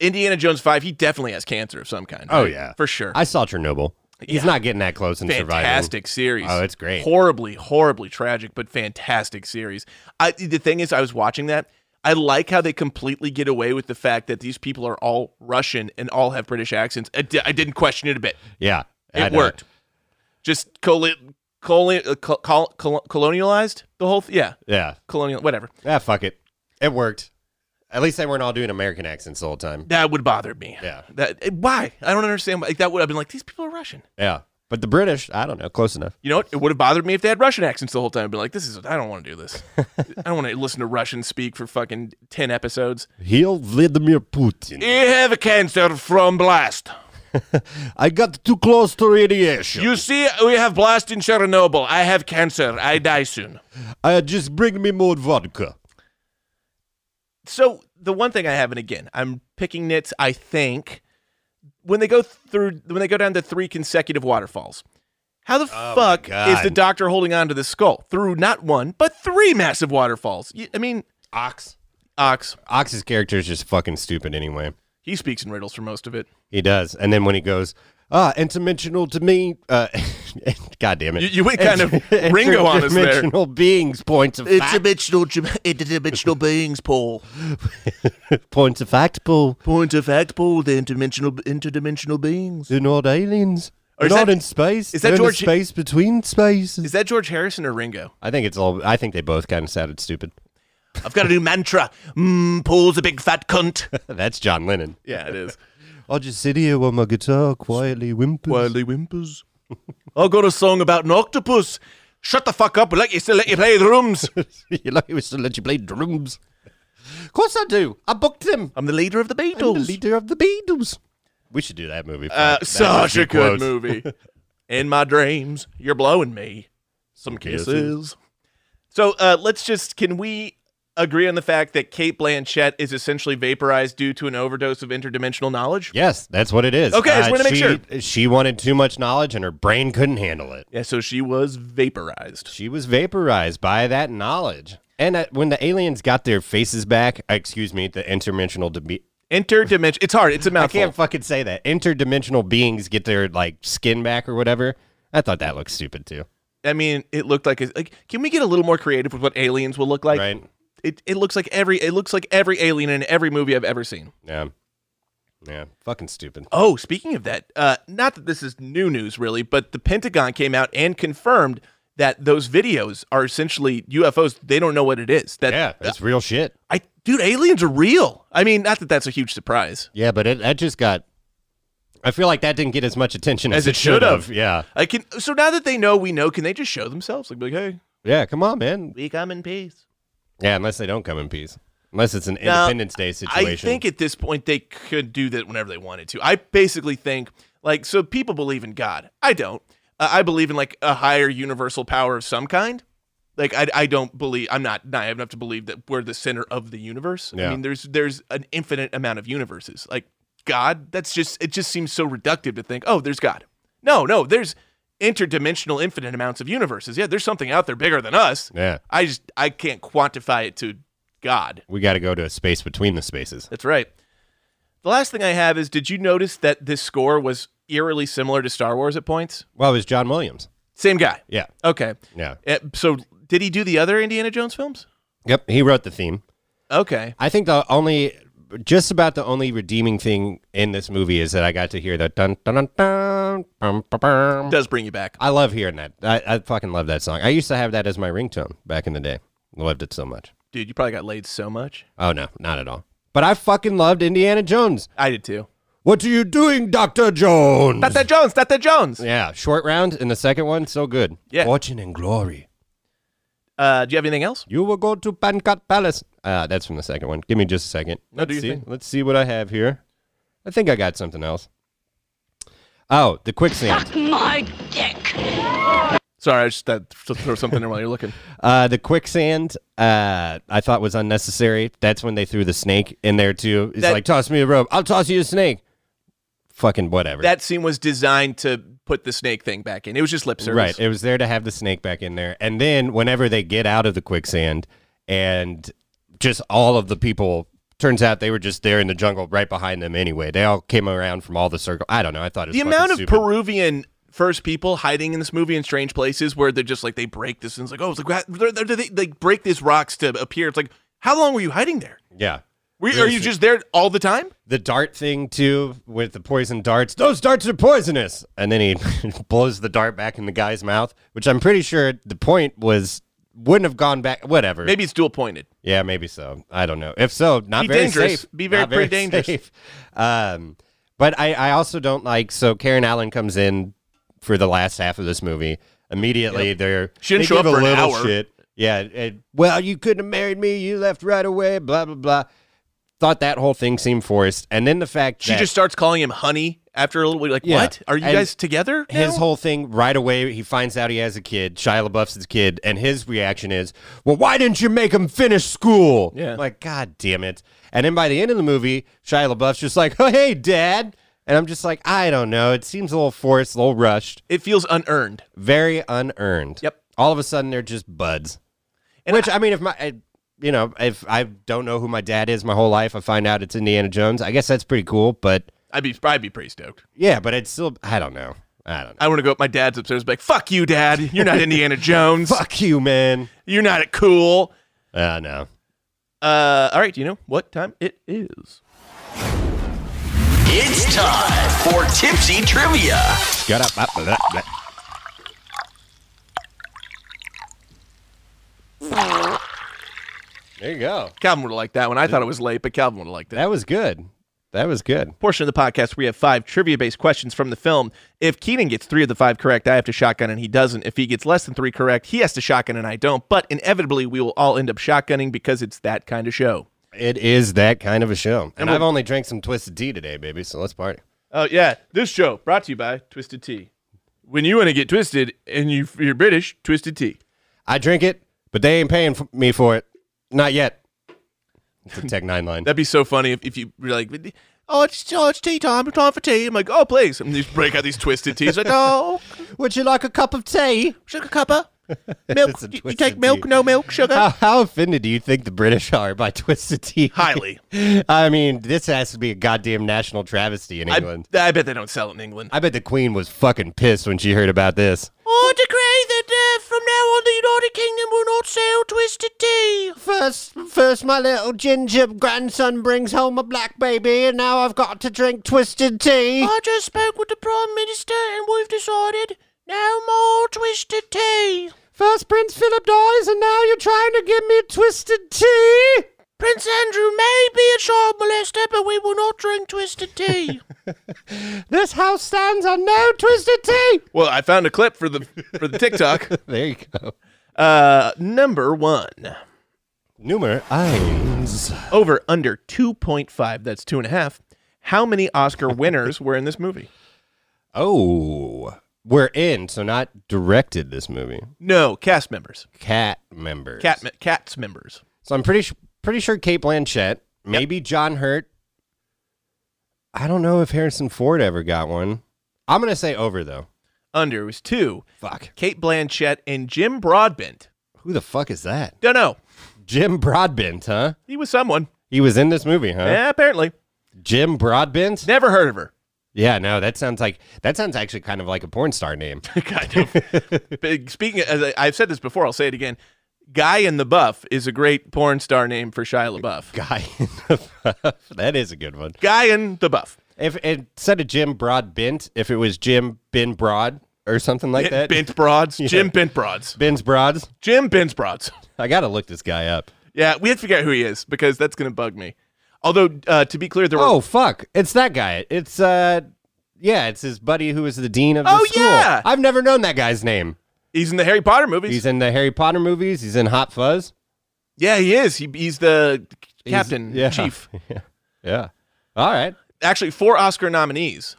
Speaker 1: Indiana Jones 5, he definitely has cancer of some kind.
Speaker 4: Oh,
Speaker 1: right?
Speaker 4: yeah.
Speaker 1: For sure.
Speaker 4: I saw Chernobyl. He's
Speaker 1: Yeah.
Speaker 4: not getting that close and surviving.
Speaker 1: fantastic series.
Speaker 4: Oh, it's great.
Speaker 1: Horribly, horribly tragic, but fantastic series. I the thing is, I was watching that. I like how they completely get away with the fact that these people are all Russian and all have British accents. I, di- I didn't question it a bit.
Speaker 4: Yeah,
Speaker 1: It
Speaker 4: I know.
Speaker 1: worked. Just col- col- uh, col- col- col- colonialized the whole. Th- yeah,
Speaker 4: Yeah.
Speaker 1: colonial. Whatever.
Speaker 4: Ah, fuck it. It worked. At least they weren't all doing American accents the whole time.
Speaker 1: That would bother me.
Speaker 4: Yeah.
Speaker 1: That eh, why? I don't understand. why- Like that would have been like these people are Russian.
Speaker 4: Yeah. But the British, I don't know, close enough.
Speaker 1: You know what? It would have bothered me if they had Russian accents the whole time. I'd be like, this is, I don't want to do this. I don't want to listen to Russian speak for fucking 10 episodes.
Speaker 4: He'll Vladimir Putin.
Speaker 1: You have a cancer from blast.
Speaker 4: I got too close to radiation.
Speaker 1: You see, we have blast in Chernobyl. I have cancer. I die soon.
Speaker 4: uh, just bring me more vodka.
Speaker 1: So, the one thing I have, and again, I'm picking nits, I think, when they go through, when they go down to three consecutive waterfalls, how the fuck is
Speaker 4: God.
Speaker 1: the doctor holding on to the skull through not one, but three massive waterfalls? You- I mean,
Speaker 4: Ox.
Speaker 1: Ox,
Speaker 4: Ox's character is just fucking stupid anyway.
Speaker 1: he speaks in riddles for most of it.
Speaker 4: He does. And then when he goes, ah, interdimensional to me, uh, God damn it.
Speaker 1: You- you went kind of Ringo on us there.
Speaker 4: Interdimensional beings, points of fact.
Speaker 1: dimensional, interdimensional beings, Paul.
Speaker 4: points of fact, Paul.
Speaker 1: Point of fact, Paul. They're interdimensional, interdimensional beings.
Speaker 4: They're not aliens.
Speaker 1: Or
Speaker 4: They're
Speaker 1: is
Speaker 4: not
Speaker 1: that-
Speaker 4: in space.
Speaker 1: is that
Speaker 4: They're in the
Speaker 1: George-
Speaker 4: space between spaces.
Speaker 1: Is that George Harrison or Ringo?
Speaker 4: I think it's all. I think they both kind of sounded stupid.
Speaker 1: I've got a new mantra. Mmm, Paul's a big fat cunt.
Speaker 4: That's John Lennon.
Speaker 1: yeah, it is.
Speaker 4: I'll just sit here while my guitar quietly whimpers.
Speaker 1: whimpers. I got a song about an octopus. Shut the fuck up and let you still let you play the drums.
Speaker 4: you like it was to let you play drums. Of course I do. I booked him.
Speaker 1: I'm the leader of the
Speaker 4: I'm the
Speaker 1: Beatles.
Speaker 4: leader of the Beatles. We should do that movie.
Speaker 1: uh,
Speaker 4: That
Speaker 1: such
Speaker 4: would be
Speaker 1: a good
Speaker 4: close.
Speaker 1: movie. In my dreams, you're blowing me some
Speaker 4: Kisses.
Speaker 1: kisses. So uh, let's just can we agree on the fact that Kate Blanchett is essentially vaporized due to an overdose of interdimensional knowledge?
Speaker 4: Yes, that's what it is. Uh,
Speaker 1: Okay, I just wanted to make
Speaker 4: she- She wanted too much knowledge and her brain couldn't handle it.
Speaker 1: Yeah, so she was vaporized.
Speaker 4: She was vaporized by that knowledge. And uh, when the aliens got their faces back, uh, excuse me, the interdimensional to be
Speaker 1: Interdimension. It's hard. It's a
Speaker 4: I
Speaker 1: mouthful.
Speaker 4: can't fucking say that. Interdimensional beings get their like skin back or whatever. I thought that looked stupid too.
Speaker 1: I mean, it looked like a, like. Can we get a little more creative with what aliens will look like?
Speaker 4: right?
Speaker 1: It, it looks like every it looks like every alien in every movie I've ever seen.
Speaker 4: Yeah. Yeah. Fucking stupid.
Speaker 1: Oh, speaking of that, uh, not that this is new news really, but the Pentagon came out and confirmed that those videos are essentially UFOs. They don't know what it is. That
Speaker 4: Yeah, that's real shit.
Speaker 1: I dude, aliens are real. I mean, not that that's a huge surprise.
Speaker 4: Yeah, but it, that just got. I feel like that didn't get as much attention as,
Speaker 1: As it should
Speaker 4: should've.
Speaker 1: have.
Speaker 4: Yeah.
Speaker 1: I can so now that they know we know, can they just show themselves? Like, be like hey,
Speaker 4: Yeah, come on, man.
Speaker 1: we come in peace.
Speaker 4: Yeah, unless they don't come in peace. Unless it's an
Speaker 1: Now,
Speaker 4: Independence Day situation.
Speaker 1: I think at this point they could do that whenever they wanted to. I basically think like so people believe in God. I don't. Uh, I believe in like a higher universal power of some kind. Like I, I don't believe I'm not naive enough to believe that we're the center of the universe. I
Speaker 4: Yeah.
Speaker 1: mean, there's there's an infinite amount of universes. Like God, that's just it just seems so reductive to think, oh, there's God. No, no, there's interdimensional infinite amounts of universes. Yeah, there's something out there bigger than us.
Speaker 4: Yeah.
Speaker 1: I just I can't quantify it to God.
Speaker 4: We got to go to a space between the spaces.
Speaker 1: That's right. The last thing I have is did you notice that this score was eerily similar to Star Wars at points?
Speaker 4: Well, it was John Williams.
Speaker 1: Same guy.
Speaker 4: Yeah.
Speaker 1: Okay.
Speaker 4: Yeah.
Speaker 1: Uh, So did he do the other Indiana Jones films?
Speaker 4: Yep. He wrote the theme.
Speaker 1: Okay.
Speaker 4: I think the only just about the only redeeming thing in this movie is that I got to hear that dun dun dun dun. Bum, bum, bum.
Speaker 1: does bring you back.
Speaker 4: I love hearing that. I, I fucking love that song. I used to have that as my ringtone back in the day. Loved it so much.
Speaker 1: Dude, you probably got laid so much.
Speaker 4: Oh no, not at all. But I fucking loved Indiana Jones.
Speaker 1: I did too.
Speaker 4: What are you doing, Doctor Jones?
Speaker 1: Tata Jones, Tata Jones.
Speaker 4: yeah, short round in the second one, so good.
Speaker 1: Yeah.
Speaker 4: Fortune and glory.
Speaker 1: Uh, do you have anything else?
Speaker 4: You will go to Pancot Palace. Uh, that's from the second one. Give me just a second. Let's
Speaker 1: do your
Speaker 4: see.
Speaker 1: thing.
Speaker 4: Let's see what I have here. I think I got something else. Oh, the quicksand.
Speaker 6: My dick.
Speaker 1: Sorry, I just that, just throw something in while you're looking.
Speaker 4: Uh, the quicksand, uh, I thought was unnecessary. That's when they threw the snake in there too. It's
Speaker 1: That-
Speaker 4: like, toss me a rope. I'll toss you a snake. Fucking whatever.
Speaker 1: That scene was designed to put the snake thing back in. It was just lip service.
Speaker 4: right. It was there to have the snake back in there. And then whenever they get out of the quicksand and just all of the people, turns out they were just there in the jungle right behind them anyway. They all came around from all the circle. I don't know. I thought it was
Speaker 1: the
Speaker 4: fucking
Speaker 1: amount of
Speaker 4: stupid.
Speaker 1: Peruvian first people hiding in this movie in strange places where they're just like they break this and it's like oh it's like they're, they're, they they break these rocks to appear. It's like how long were you hiding there?
Speaker 4: Yeah.
Speaker 1: Were you, are you just there all the time?
Speaker 4: the dart thing too with the poison darts. Those darts are poisonous. And then he blows the dart back in the guy's mouth, which I'm pretty sure the point was wouldn't have gone back. Whatever.
Speaker 1: Maybe it's dual pointed.
Speaker 4: Yeah, maybe so. I don't know. If so, not
Speaker 1: Be
Speaker 4: very
Speaker 1: dangerous.
Speaker 4: safe.
Speaker 1: Be very-
Speaker 4: Not
Speaker 1: pretty dangerous.
Speaker 4: safe. Um, but I, I also don't like. So Karen Allen comes in for the last half of this movie. Immediately, they're
Speaker 1: She didn't
Speaker 4: they
Speaker 1: show
Speaker 4: give
Speaker 1: up
Speaker 4: a
Speaker 1: for an
Speaker 4: little
Speaker 1: hour.
Speaker 4: shit. Yeah. and, well, you couldn't have married me. You left right away. Blah blah blah. Thought that whole thing seemed forced, and then the fact
Speaker 1: She
Speaker 4: that
Speaker 1: just starts calling him honey after a little bit. Like
Speaker 4: Yeah.
Speaker 1: what? Are you
Speaker 4: And
Speaker 1: guys together?
Speaker 4: his
Speaker 1: now?
Speaker 4: whole thing right away he finds out he has a kid shia labeouf's his kid and his reaction is well why didn't you make him finish school
Speaker 1: Yeah.
Speaker 4: I'm like god damn it and then by the end of the movie shia labeouf's just like oh hey dad and i'm just like i don't know it seems a little forced a little rushed
Speaker 1: it feels unearned.
Speaker 4: very unearned
Speaker 1: Yep.
Speaker 4: all of a sudden they're just buds
Speaker 1: And
Speaker 4: which I, mean if my I, you know if i don't know who my dad is my whole life i find out it's indiana jones i guess that's pretty cool but
Speaker 1: I'd be I'd be pretty stoked.
Speaker 4: yeah but it's still i don't know i don't know
Speaker 1: I want to go up my dad's upstairs and be like, fuck you, dad. You're not Indiana Jones.
Speaker 4: fuck you man
Speaker 1: You're not cool.
Speaker 4: uh no
Speaker 1: Uh, all right, do you know what time it is?
Speaker 7: It's time for Tipsy Trivia.
Speaker 4: Shut up. Blah, blah, blah. There you go.
Speaker 1: Calvin would have liked that one. I thought it was late, but Calvin would have liked it.
Speaker 4: That was good. That was good.
Speaker 1: Portion of the podcast, we have five trivia based questions from the film. If Keenan gets three of the five correct, I have to shotgun and he doesn't. If he gets less than three correct, he has to shotgun and I don't. But inevitably, we will all end up shotgunning because it's that kind of show.
Speaker 4: It is that kind of a show. And I've only drank some twisted tea today, baby, so let's party.
Speaker 1: Oh, yeah. This show brought to you by Twisted Tea. When you want to get twisted and you, you're British, Twisted Tea.
Speaker 4: I drink it, but they ain't paying for me for it. Not yet. It's a Tech Nine line.
Speaker 1: That'd be so funny if, if you were like, oh, it's, oh, it's tea time, it's time for tea. I'm like, oh, please. And you just break out these twisted teas. Like, oh,
Speaker 4: Would you like a cup of tea?
Speaker 1: sugar cuppa. Milk.
Speaker 4: It's a
Speaker 1: You- You
Speaker 4: Twisted
Speaker 1: take
Speaker 4: Tea. Ah.
Speaker 1: milk, no milk, sugar.
Speaker 4: How, how offended do you think the British are by twisted tea?
Speaker 1: Highly.
Speaker 4: I mean, this has to be a goddamn national travesty in
Speaker 1: I,
Speaker 4: England.
Speaker 1: I bet they don't sell it in England.
Speaker 4: I bet the Queen was fucking pissed when she heard about this.
Speaker 1: Oh, decree that uh, from now on the United Kingdom will not sell twisted tea.
Speaker 4: First, first, my little ginger grandson brings home a black baby, and now I've got to drink twisted tea.
Speaker 1: I just spoke with the Prime Minister and we've decided no more twisted tea.
Speaker 4: First, Prince Philip dies, and now you're trying to give me twisted tea.
Speaker 1: Prince Andrew may be a child molester, but we will not drink twisted tea.
Speaker 4: This house stands on no twisted tea.
Speaker 1: well, I found a clip for the for the TikTok.
Speaker 4: There you go.
Speaker 1: Uh, number one,
Speaker 4: Numer eins.
Speaker 1: over under 2.5, that's two and a half. How many Oscar winners were in this movie?
Speaker 4: Oh, we're in, so not directed this movie.
Speaker 1: No, cast members,
Speaker 4: Cat members.
Speaker 1: cat me- cats members.
Speaker 4: So I'm pretty su- pretty sure Kate Blanchett, maybe John Hurt. I don't know if Harrison Ford ever got one. I'm gonna say over though.
Speaker 1: Under was two.
Speaker 4: Fuck.
Speaker 1: Kate Blanchett and Jim Broadbent.
Speaker 4: Who the fuck is that?
Speaker 1: Don't know.
Speaker 4: Jim Broadbent, huh?
Speaker 1: He was someone.
Speaker 4: He was in this movie, huh?
Speaker 1: Yeah, apparently.
Speaker 4: Jim Broadbent?
Speaker 1: Never heard of her.
Speaker 4: Yeah, no, that sounds like that sounds actually kind of like a porn star name.
Speaker 1: kind of. Big- Speaking, as I, I've said this before, I'll say it again. Guy in the Buff is a great porn star name for Shia LaBeouf.
Speaker 4: Guy in the buff. That is a good one.
Speaker 1: Guy in the Buff.
Speaker 4: If instead of Jim Broad Bent, if it was Jim Ben Broad or something like that,
Speaker 1: Bent Broads. Jim Bent Broads.
Speaker 4: Ben's Broads.
Speaker 1: Jim Bent Broads.
Speaker 4: I gotta look this guy up.
Speaker 1: Yeah, we have to figure out who he is because that's going to bug me. Although, uh, to be clear, there were.
Speaker 4: Oh fuck! It's that guy. It's uh, yeah, it's his buddy who was the dean of the
Speaker 1: Oh,
Speaker 4: school.
Speaker 1: yeah!
Speaker 4: I've never known that guy's name.
Speaker 1: He's in the Harry Potter movies.
Speaker 4: He's in the Harry Potter movies. He's in Hot Fuzz.
Speaker 1: yeah, he is. He, he's the captain,
Speaker 4: yeah.
Speaker 1: chief.
Speaker 4: yeah. Yeah. All right.
Speaker 1: Actually, four Oscar nominees.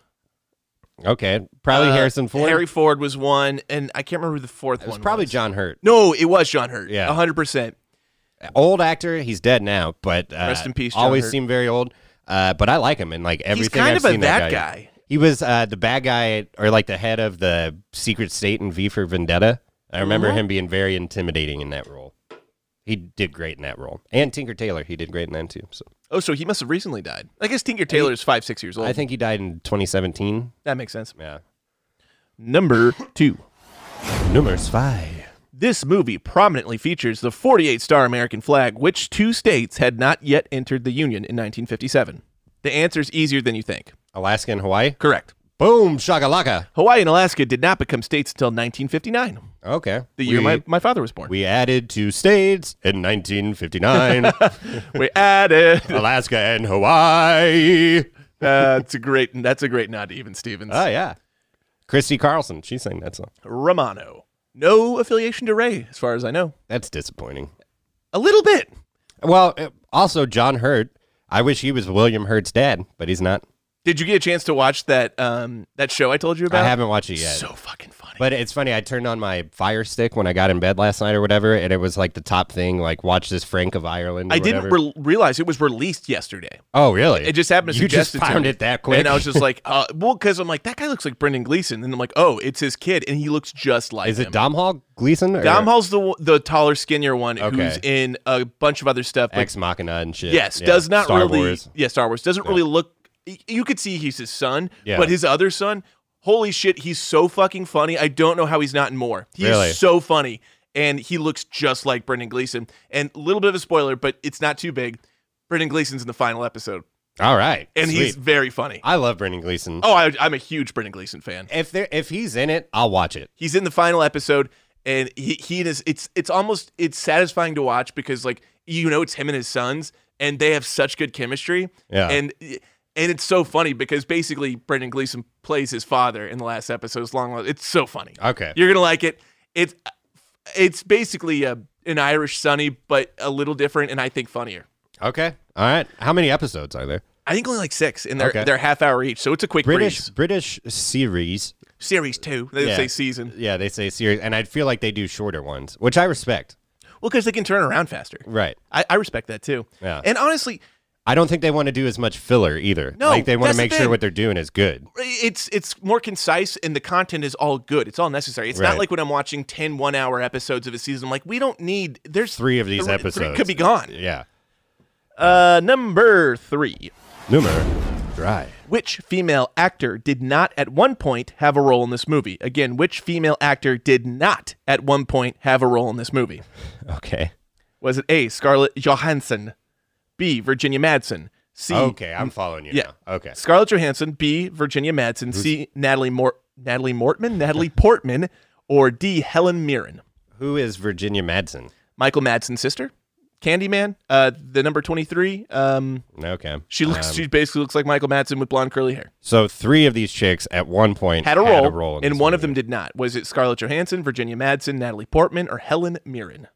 Speaker 4: Okay. Probably
Speaker 1: Uh,
Speaker 4: Harrison Ford.
Speaker 1: Harry Ford was one, and I can't remember who the fourth
Speaker 4: It was
Speaker 1: one.
Speaker 4: probably
Speaker 1: was.
Speaker 4: John Hurt.
Speaker 1: No, it was John Hurt.
Speaker 4: Yeah.
Speaker 1: Yeah, hundred percent.
Speaker 4: Old actor. He's dead now, but uh,
Speaker 1: Rest in peace, John
Speaker 4: always
Speaker 1: Hurt.
Speaker 4: seemed very old. Uh, but I like him in like everything.
Speaker 1: He's kind
Speaker 4: I've
Speaker 1: of a
Speaker 4: seen
Speaker 1: that
Speaker 4: that guy.
Speaker 1: guy.
Speaker 4: He was uh, the bad guy, or like the head of the secret state in V for Vendetta. I remember
Speaker 1: Uh-huh.
Speaker 4: him being very intimidating in that role. He did great in that role, and Tinker Taylor. He did great in that too. So
Speaker 1: Oh, so he must have recently died. I guess Tinker Taylor is five, six years old.
Speaker 4: I think he died in 2017.
Speaker 1: that makes sense.
Speaker 4: Yeah.
Speaker 1: Number two.
Speaker 4: Numerous five.
Speaker 1: This movie prominently features the 48 star American flag, which two states had not yet entered the Union in 1957? The answer is easier than you think.
Speaker 4: Alaska and Hawaii.
Speaker 1: Correct.
Speaker 4: Boom shakalaka.
Speaker 1: Hawaii and Alaska did not become states until 1959,
Speaker 4: Okay.
Speaker 1: the year
Speaker 4: we,
Speaker 1: my, my father was born. We,
Speaker 4: we added two states in 1959.
Speaker 1: added.
Speaker 4: Alaska and Hawaii.
Speaker 1: that's a great. That's a great nod to Even Stevens.
Speaker 4: Oh yeah. Christy Carlson. She sang that song.
Speaker 1: Romano. No affiliation to Ray, as far as I know.
Speaker 4: That's disappointing.
Speaker 1: A little bit.
Speaker 4: Well, uh, also John Hurt. I wish he was William Hurt's dad, but he's not.
Speaker 1: Did you get a chance to watch that um that show I told you
Speaker 4: I
Speaker 1: about?
Speaker 4: haven't watched it yet.
Speaker 1: So fucking funny.
Speaker 4: but it's funny. I turned on my Fire Stick when I got in bed last night or whatever, and it was like the top thing. Like, watch this Frank of Ireland. or
Speaker 1: I didn't
Speaker 4: whatever.
Speaker 1: re- realize it was released yesterday.
Speaker 4: oh, really?
Speaker 1: It just happened to
Speaker 4: you
Speaker 1: suggest
Speaker 4: just found
Speaker 1: to me.
Speaker 4: it that quick.
Speaker 1: and I was just like, uh, well, because I'm like that guy looks like Brendan Gleeson, and I'm like, oh, it's his kid, and he looks just like
Speaker 4: is
Speaker 1: him.
Speaker 4: it Dom Hall Gleason? Or
Speaker 1: Dom Hall's the one- the taller, skinnier one who's
Speaker 4: Okay.
Speaker 1: in a bunch of other stuff. But
Speaker 4: Ex Machina and shit.
Speaker 1: yes,
Speaker 4: Yeah.
Speaker 1: does not
Speaker 4: Star
Speaker 1: really.
Speaker 4: Wars.
Speaker 1: Yeah, Star Wars doesn't really look. y- You could see he's his son,
Speaker 4: Yeah.
Speaker 1: but his other son. Holy shit, he's so fucking funny. I don't know how he's not in more. He's
Speaker 4: Really?
Speaker 1: so funny, and he looks just like Brendan Gleeson. And a little bit of a spoiler, but it's not too big. Brendan Gleeson's in the final episode,
Speaker 4: All right,
Speaker 1: and he's
Speaker 4: sweet.
Speaker 1: very funny.
Speaker 4: I love Brendan Gleeson.
Speaker 1: Oh, I, I'm a huge Brendan Gleeson fan.
Speaker 4: If there, if he's in it, I'll watch it.
Speaker 1: He's in the final episode, and he he and his it's it's almost it's satisfying to watch because like you know it's him and his sons, and they have such good chemistry.
Speaker 4: Yeah.
Speaker 1: and and it's so funny because basically Brendan Gleeson plays his father in the last episode. It's long, it's so funny.
Speaker 4: Okay.
Speaker 1: You're gonna like it. It's it's basically a, an Irish Sunny, but a little different, and I think funnier.
Speaker 4: Okay. All right. How many episodes are there?
Speaker 1: I think only like six, and they're
Speaker 4: Okay.
Speaker 1: they're half hour each, so it's a quick
Speaker 4: British
Speaker 1: breeze.
Speaker 4: British series.
Speaker 1: series two. They
Speaker 4: Yeah.
Speaker 1: say season.
Speaker 4: Yeah, they say series, and I feel like they do shorter ones, which I respect.
Speaker 1: Well, because they can turn around faster.
Speaker 4: Right.
Speaker 1: I, I respect that too.
Speaker 4: Yeah.
Speaker 1: And honestly,
Speaker 4: I don't think they want to do as much filler either.
Speaker 1: No,
Speaker 4: like they want
Speaker 1: that's
Speaker 4: to
Speaker 1: the
Speaker 4: make sure
Speaker 1: thing.
Speaker 4: what they're doing is good.
Speaker 1: it's it's more concise and the content is all good. It's all necessary. It's not
Speaker 4: Right.
Speaker 1: like when I'm watching 10 one hour episodes of a season. I'm like, we don't need there's
Speaker 4: Three of these
Speaker 1: three- three
Speaker 4: episodes
Speaker 1: could be gone.
Speaker 4: Yeah.
Speaker 1: Uh number three.
Speaker 4: Numero dry.
Speaker 1: Which female actor did not at one point have a role in this movie? Again, which female actor did not at one point have a role in this movie?
Speaker 4: Okay.
Speaker 1: Was it A. Scarlett Johansson, B. Virginia Madsen, C.
Speaker 4: Okay, I'm following you.
Speaker 1: Yeah.
Speaker 4: Now. Okay.
Speaker 1: Scarlett Johansson, B. Virginia Madsen, C. Natalie Mort, Natalie Mortman, Natalie Portman, or D. Helen Mirren.
Speaker 4: Who is Virginia Madsen?
Speaker 1: Michael Madsen's sister, Candyman, uh, the number twenty-three. Um,
Speaker 4: Okay.
Speaker 1: she looks,
Speaker 4: Um,
Speaker 1: she basically looks like Michael Madsen with blonde curly hair.
Speaker 4: so three of these chicks at one point
Speaker 1: Had a role,
Speaker 4: in
Speaker 1: and
Speaker 4: this
Speaker 1: one of
Speaker 4: movie.
Speaker 1: them did not. Was it Scarlett Johansson, Virginia Madsen, Natalie Portman, or Helen Mirren?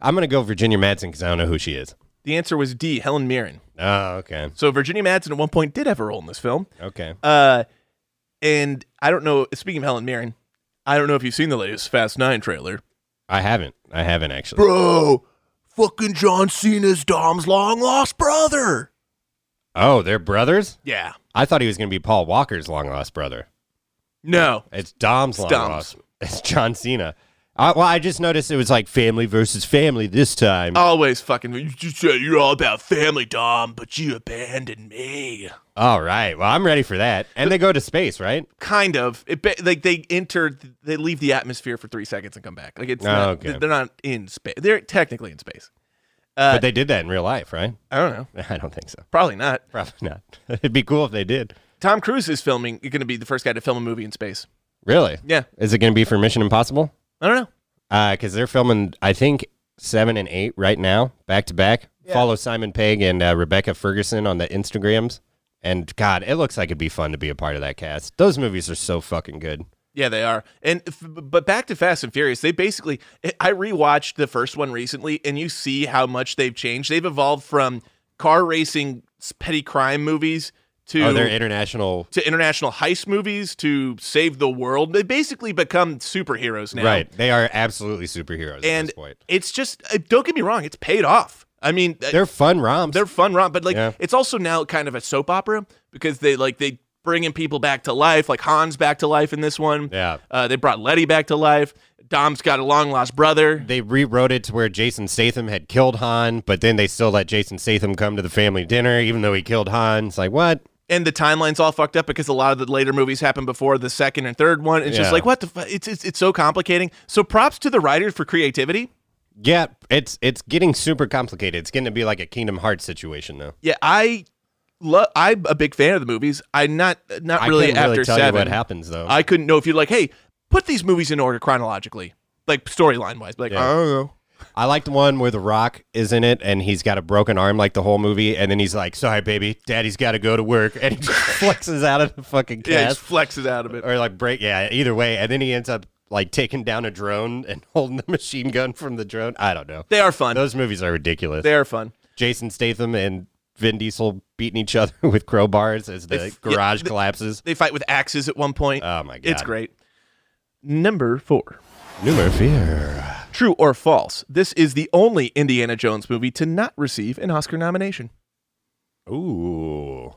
Speaker 4: I'm gonna go Virginia Madsen because I don't know who she is.
Speaker 1: The answer was D. Helen Mirren.
Speaker 4: Oh, okay.
Speaker 1: So Virginia Madsen at one point did have a role in this film.
Speaker 4: Okay.
Speaker 1: Uh, and I don't know. Speaking of Helen Mirren, I don't know if you've seen the latest Fast Nine trailer.
Speaker 4: I haven't. I haven't actually.
Speaker 1: bro, fucking John Cena's Dom's long lost brother.
Speaker 4: Oh, they're brothers?
Speaker 1: Yeah.
Speaker 4: I thought he was gonna be Paul Walker's long lost brother.
Speaker 1: No.
Speaker 4: It's Dom's long
Speaker 1: Dom's.
Speaker 4: lost. It's John Cena. I, well, I just noticed it was like family versus family this time.
Speaker 1: Oh. Always fucking. You just say you're all about family, Dom, but you abandoned me.
Speaker 4: All right. Well, I'm ready for that. And they go to space, right?
Speaker 1: kind of it ba- like they enter they leave the atmosphere for three seconds and come back like it's
Speaker 4: Oh,
Speaker 1: not,
Speaker 4: okay.
Speaker 1: they're not in space they're technically in space Uh,
Speaker 4: but they did that in real life, right?
Speaker 1: i don't know
Speaker 4: I don't think so.
Speaker 1: probably not
Speaker 4: Probably not. It'd be cool if they did.
Speaker 1: tom cruise is filming going to be the first guy to film a movie in space
Speaker 4: Really?
Speaker 1: Yeah.
Speaker 4: Is it going to be for Mission Impossible?
Speaker 1: i don't know
Speaker 4: Because Uh, they're filming, I think, seven and eight right now, back to back. Follow Simon Pegg and uh, Rebecca Ferguson on the Instagrams. And God, it looks like it'd be fun to be a part of that cast. Those movies are so fucking good.
Speaker 1: yeah they are and if, but back to fast and furious they basically eh, i rewatched the first one recently and you see how much they've changed they've evolved from car racing s- petty crime movies to
Speaker 4: oh, they're international.
Speaker 1: to international heist movies to save the world they basically become superheroes now
Speaker 4: Right. They are absolutely superheroes at
Speaker 1: and
Speaker 4: this point.
Speaker 1: it's just uh, don't get me wrong it's paid off i mean uh,
Speaker 4: They're fun romps.
Speaker 1: they're fun romp but like
Speaker 4: Yeah.
Speaker 1: it's also now kind of a soap opera because they like they bringing people back to life like hans back to life in this one
Speaker 4: Yeah.
Speaker 1: uh, they brought letty back to life dom's got a long lost brother
Speaker 4: they rewrote it to where Jason Statham had killed Han, but then they still let Jason Statham come to the family dinner, even though he killed Han. It's like, what?
Speaker 1: and the timeline's all fucked up because a lot of the later movies happened before the second and third one it's just
Speaker 4: Yeah.
Speaker 1: like what the fu- it's, it's it's so complicating so props to the writers for creativity
Speaker 4: Yeah, it's it's getting super complicated. It's going to be like a Kingdom Hearts situation, though.
Speaker 1: yeah i love i'm a big fan of the movies i'm not not
Speaker 4: I
Speaker 1: really
Speaker 4: couldn't
Speaker 1: after
Speaker 4: really tell
Speaker 1: seven
Speaker 4: you what happens, though.
Speaker 1: I couldn't know if you're like, hey, put these movies in order chronologically, like storyline wise. Like,
Speaker 4: Yeah.
Speaker 1: I don't know.
Speaker 4: I like the one where The Rock is in it, and he's got a broken arm like the whole movie, and then he's like, "Sorry, baby, Daddy's got to go to work," and he just flexes out of the fucking
Speaker 1: yeah, it
Speaker 4: cast,
Speaker 1: just flexes out of it.
Speaker 4: or like break. Yeah, either way, and then he ends up like taking down a drone and holding the machine gun from the drone. I don't know.
Speaker 1: They are fun.
Speaker 4: Those movies are ridiculous.
Speaker 1: they are fun.
Speaker 4: Jason Statham and Vin Diesel beating each other with crowbars as the
Speaker 1: If- yeah,
Speaker 4: garage
Speaker 1: th-
Speaker 4: collapses.
Speaker 1: They fight with axes at one point.
Speaker 4: Oh my god!
Speaker 1: It's great. Number four.
Speaker 4: Numero fear.
Speaker 1: True or false? This is the only Indiana Jones movie to not receive an Oscar nomination.
Speaker 4: Ooh,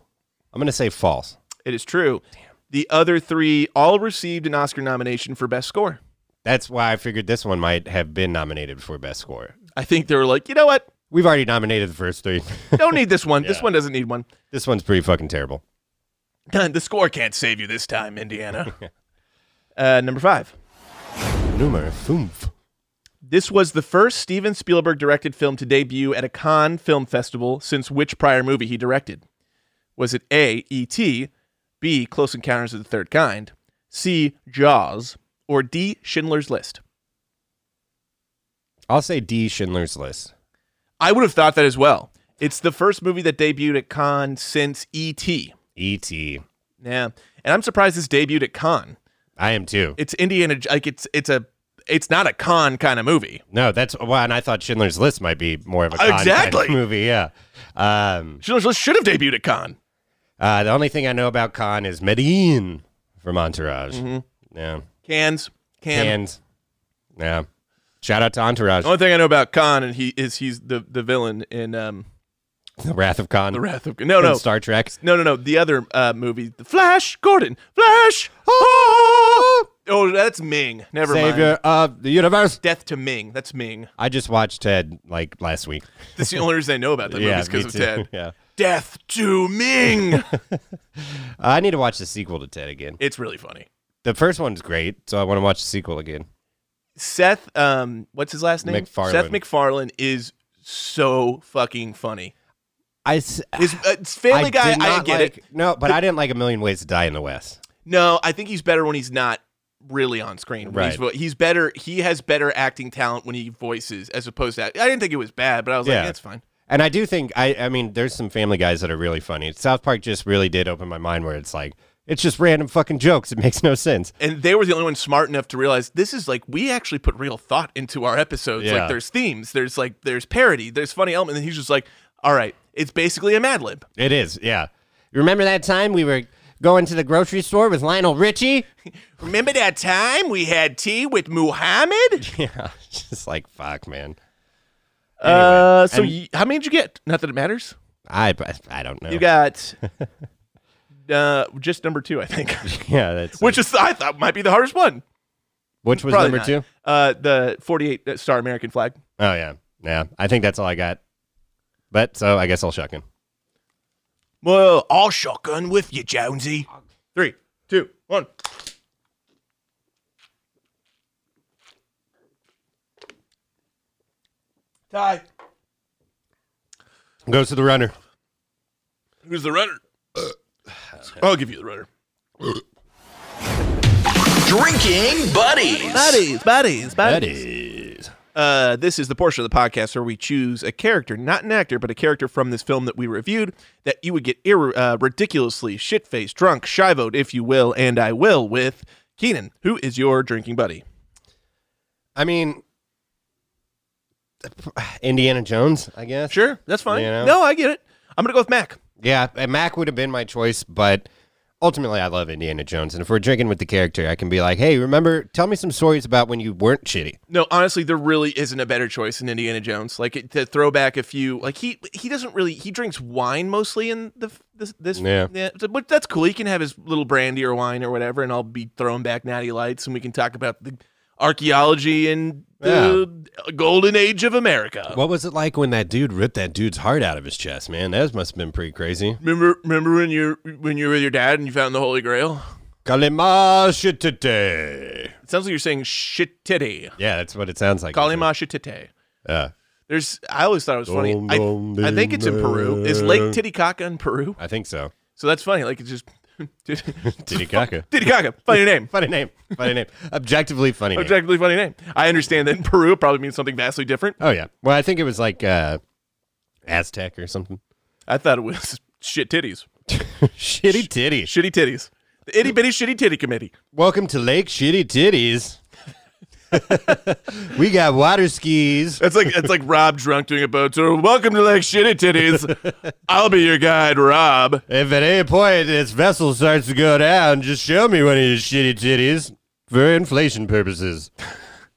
Speaker 4: I'm gonna say false.
Speaker 1: It is true. The other three all received an Oscar nomination for best score.
Speaker 4: That's why I figured this one might have been nominated for best score.
Speaker 1: I think they were like, you know what?
Speaker 4: We've already nominated the first three.
Speaker 1: Don't need this one. This
Speaker 4: Yeah.
Speaker 1: one doesn't need one.
Speaker 4: this one's pretty fucking terrible.
Speaker 1: Done. The score can't save you this time, Indiana. uh, number five.
Speaker 4: Numero fünf.
Speaker 1: This was the first Steven Spielberg directed film to debut at a Cannes film festival since which prior movie he directed? Was it A, E.T., B, Close Encounters of the Third Kind, C, Jaws, or D, Schindler's List?
Speaker 4: I'll say D. Schindler's List.
Speaker 1: I would have thought that as well. It's the first movie that debuted at Cannes since E.T.
Speaker 4: E.T.
Speaker 1: Yeah. And I'm surprised this debuted at Cannes.
Speaker 4: I am too.
Speaker 1: It's Indiana, like, it's, it's a. It's not a con kind of movie.
Speaker 4: No, that's why. And I thought Schindler's List might be more of a con kind of
Speaker 1: Exactly.
Speaker 4: movie. Yeah. Um,
Speaker 1: Schindler's List should have debuted at Cannes.
Speaker 4: Uh, the only thing I know about Khan is Medellin from Entourage.
Speaker 1: Mm-hmm.
Speaker 4: Yeah.
Speaker 1: Cannes, Cannes,
Speaker 4: And yeah. Shout out to Entourage.
Speaker 1: The only thing I know about Khan and he is he's the, the villain in um
Speaker 4: The Wrath of Khan.
Speaker 1: the Wrath of No
Speaker 4: in
Speaker 1: no
Speaker 4: Star Trek.
Speaker 1: no no no the other uh, movie the Flash Gordon Flash Ah! oh, that's Ming never mind
Speaker 4: Savior of the universe.
Speaker 1: Death to Ming that's Ming
Speaker 4: I just watched Ted like last week.
Speaker 1: that's the only reason I know about that movie
Speaker 4: yeah,
Speaker 1: is because
Speaker 4: me
Speaker 1: of
Speaker 4: too.
Speaker 1: Ted
Speaker 4: Yeah.
Speaker 1: Death to Ming
Speaker 4: I need to watch the sequel to Ted again.
Speaker 1: it's really funny
Speaker 4: The first one's great, so I want to watch the sequel again.
Speaker 1: Seth um what's his last name
Speaker 4: MacFarlane.
Speaker 1: Seth MacFarlane is so fucking funny
Speaker 4: I, s-
Speaker 1: his uh, it's Family
Speaker 4: I
Speaker 1: Guy
Speaker 4: did
Speaker 1: I
Speaker 4: not
Speaker 1: get
Speaker 4: like,
Speaker 1: it
Speaker 4: No, but I didn't like A Million Ways to Die in the West.
Speaker 1: No, I think he's better when he's not really on screen. When
Speaker 4: Right.
Speaker 1: He's, he's better. He has better acting talent when he voices as opposed to. I didn't think it was bad, but I was
Speaker 4: Yeah.
Speaker 1: like, that's fine.
Speaker 4: And I do think I I mean there's some family guys that are really funny. South Park just really did open my mind where it's like it's just random fucking jokes. It makes no sense.
Speaker 1: And they were the only ones smart enough to realize this is like we actually put real thought into our episodes.
Speaker 4: Yeah.
Speaker 1: Like there's themes, there's like there's parody, there's funny element. And he's just like, all right, it's basically a Mad Lib.
Speaker 4: It is, yeah. Remember that time we were going to the grocery store with Lionel Richie?
Speaker 1: Remember that time we had tea with Muhammad?
Speaker 4: yeah, it's just like fuck, man.
Speaker 1: uh, so
Speaker 4: and-
Speaker 1: y- how many did you get? Not that it matters.
Speaker 4: I I don't know.
Speaker 1: You got uh, just number two, I think,
Speaker 4: yeah, that's
Speaker 1: which is I thought might be the hardest one.
Speaker 4: which was
Speaker 1: Probably
Speaker 4: number two.
Speaker 1: not. Uh, the 48 star American flag.
Speaker 4: Oh yeah, yeah. I think that's all I got. But so I guess I'll shuck him.
Speaker 1: Well, I'll shotgun with you, Jonesy. Three, two, one. Ty.
Speaker 4: Goes to the runner.
Speaker 1: Who's the runner? I'll give you the runner.
Speaker 7: Drinking buddies.
Speaker 1: Buddies, buddies,
Speaker 4: That is.
Speaker 1: Uh, this is the portion of the podcast where we choose a character, not an actor, but a character from this film that we reviewed that you would get ir- uh, ridiculously shit faced, drunk, shivoed, if you will, and I will with Keenan, who is your drinking buddy.
Speaker 4: I mean, Indiana Jones, I guess.
Speaker 1: Sure, that's fine.
Speaker 4: You know?
Speaker 1: No, I get it. I'm gonna go with Mac.
Speaker 4: Yeah, and Mac would have been my choice, but ultimately, I love Indiana Jones, and if we're drinking with the character, I can be like, "Hey, remember? Tell me some stories about when you weren't shitty."
Speaker 1: No, honestly, there really isn't a better choice than Indiana Jones. Like it, to throw back a few, like he he doesn't really he drinks wine mostly in the f- this this
Speaker 4: Yeah.
Speaker 1: so- but that's cool. He can have his little brandy or wine or whatever, and I'll be throwing back natty lights, and we can talk about the archaeology and the golden age of America.
Speaker 4: What was it like when that dude ripped that dude's heart out of his chest, man? That must have been pretty crazy.
Speaker 1: Remember, remember when you when you were with your dad and you found the Holy Grail?
Speaker 4: Kalima today.
Speaker 1: It sounds like you're saying shit titty.
Speaker 4: Yeah, that's what it sounds like.
Speaker 1: Kalima shit titty.
Speaker 4: Yeah.
Speaker 1: There's, I always thought it was funny.
Speaker 4: Dum,
Speaker 1: I,
Speaker 4: dum,
Speaker 1: I think it's in
Speaker 4: dum,
Speaker 1: Peru.
Speaker 4: dum.
Speaker 1: Is Lake Titicaca in Peru?
Speaker 4: I think so.
Speaker 1: So that's funny. Like it's just
Speaker 4: Titicaca.
Speaker 1: Titicaca, funny name.
Speaker 4: Funny name. Funny name. Objectively funny name.
Speaker 1: Objectively funny name. I understand that in Peru it probably means something vastly different.
Speaker 4: Oh yeah. Well, I think it was like uh, Aztec or something.
Speaker 1: I thought it was shit titties,
Speaker 4: Shitty titty.
Speaker 1: shitty titties, the itty bitty shitty titty committee.
Speaker 4: Welcome to Lake Shitty Titties. we got water skis.
Speaker 1: That's like it's like Rob drunk doing a boat tour. Welcome to Lake Shitty Titties. I'll be your guide, Rob.
Speaker 4: If at any point this vessel starts to go down, just show me one of your shitty titties for inflation purposes.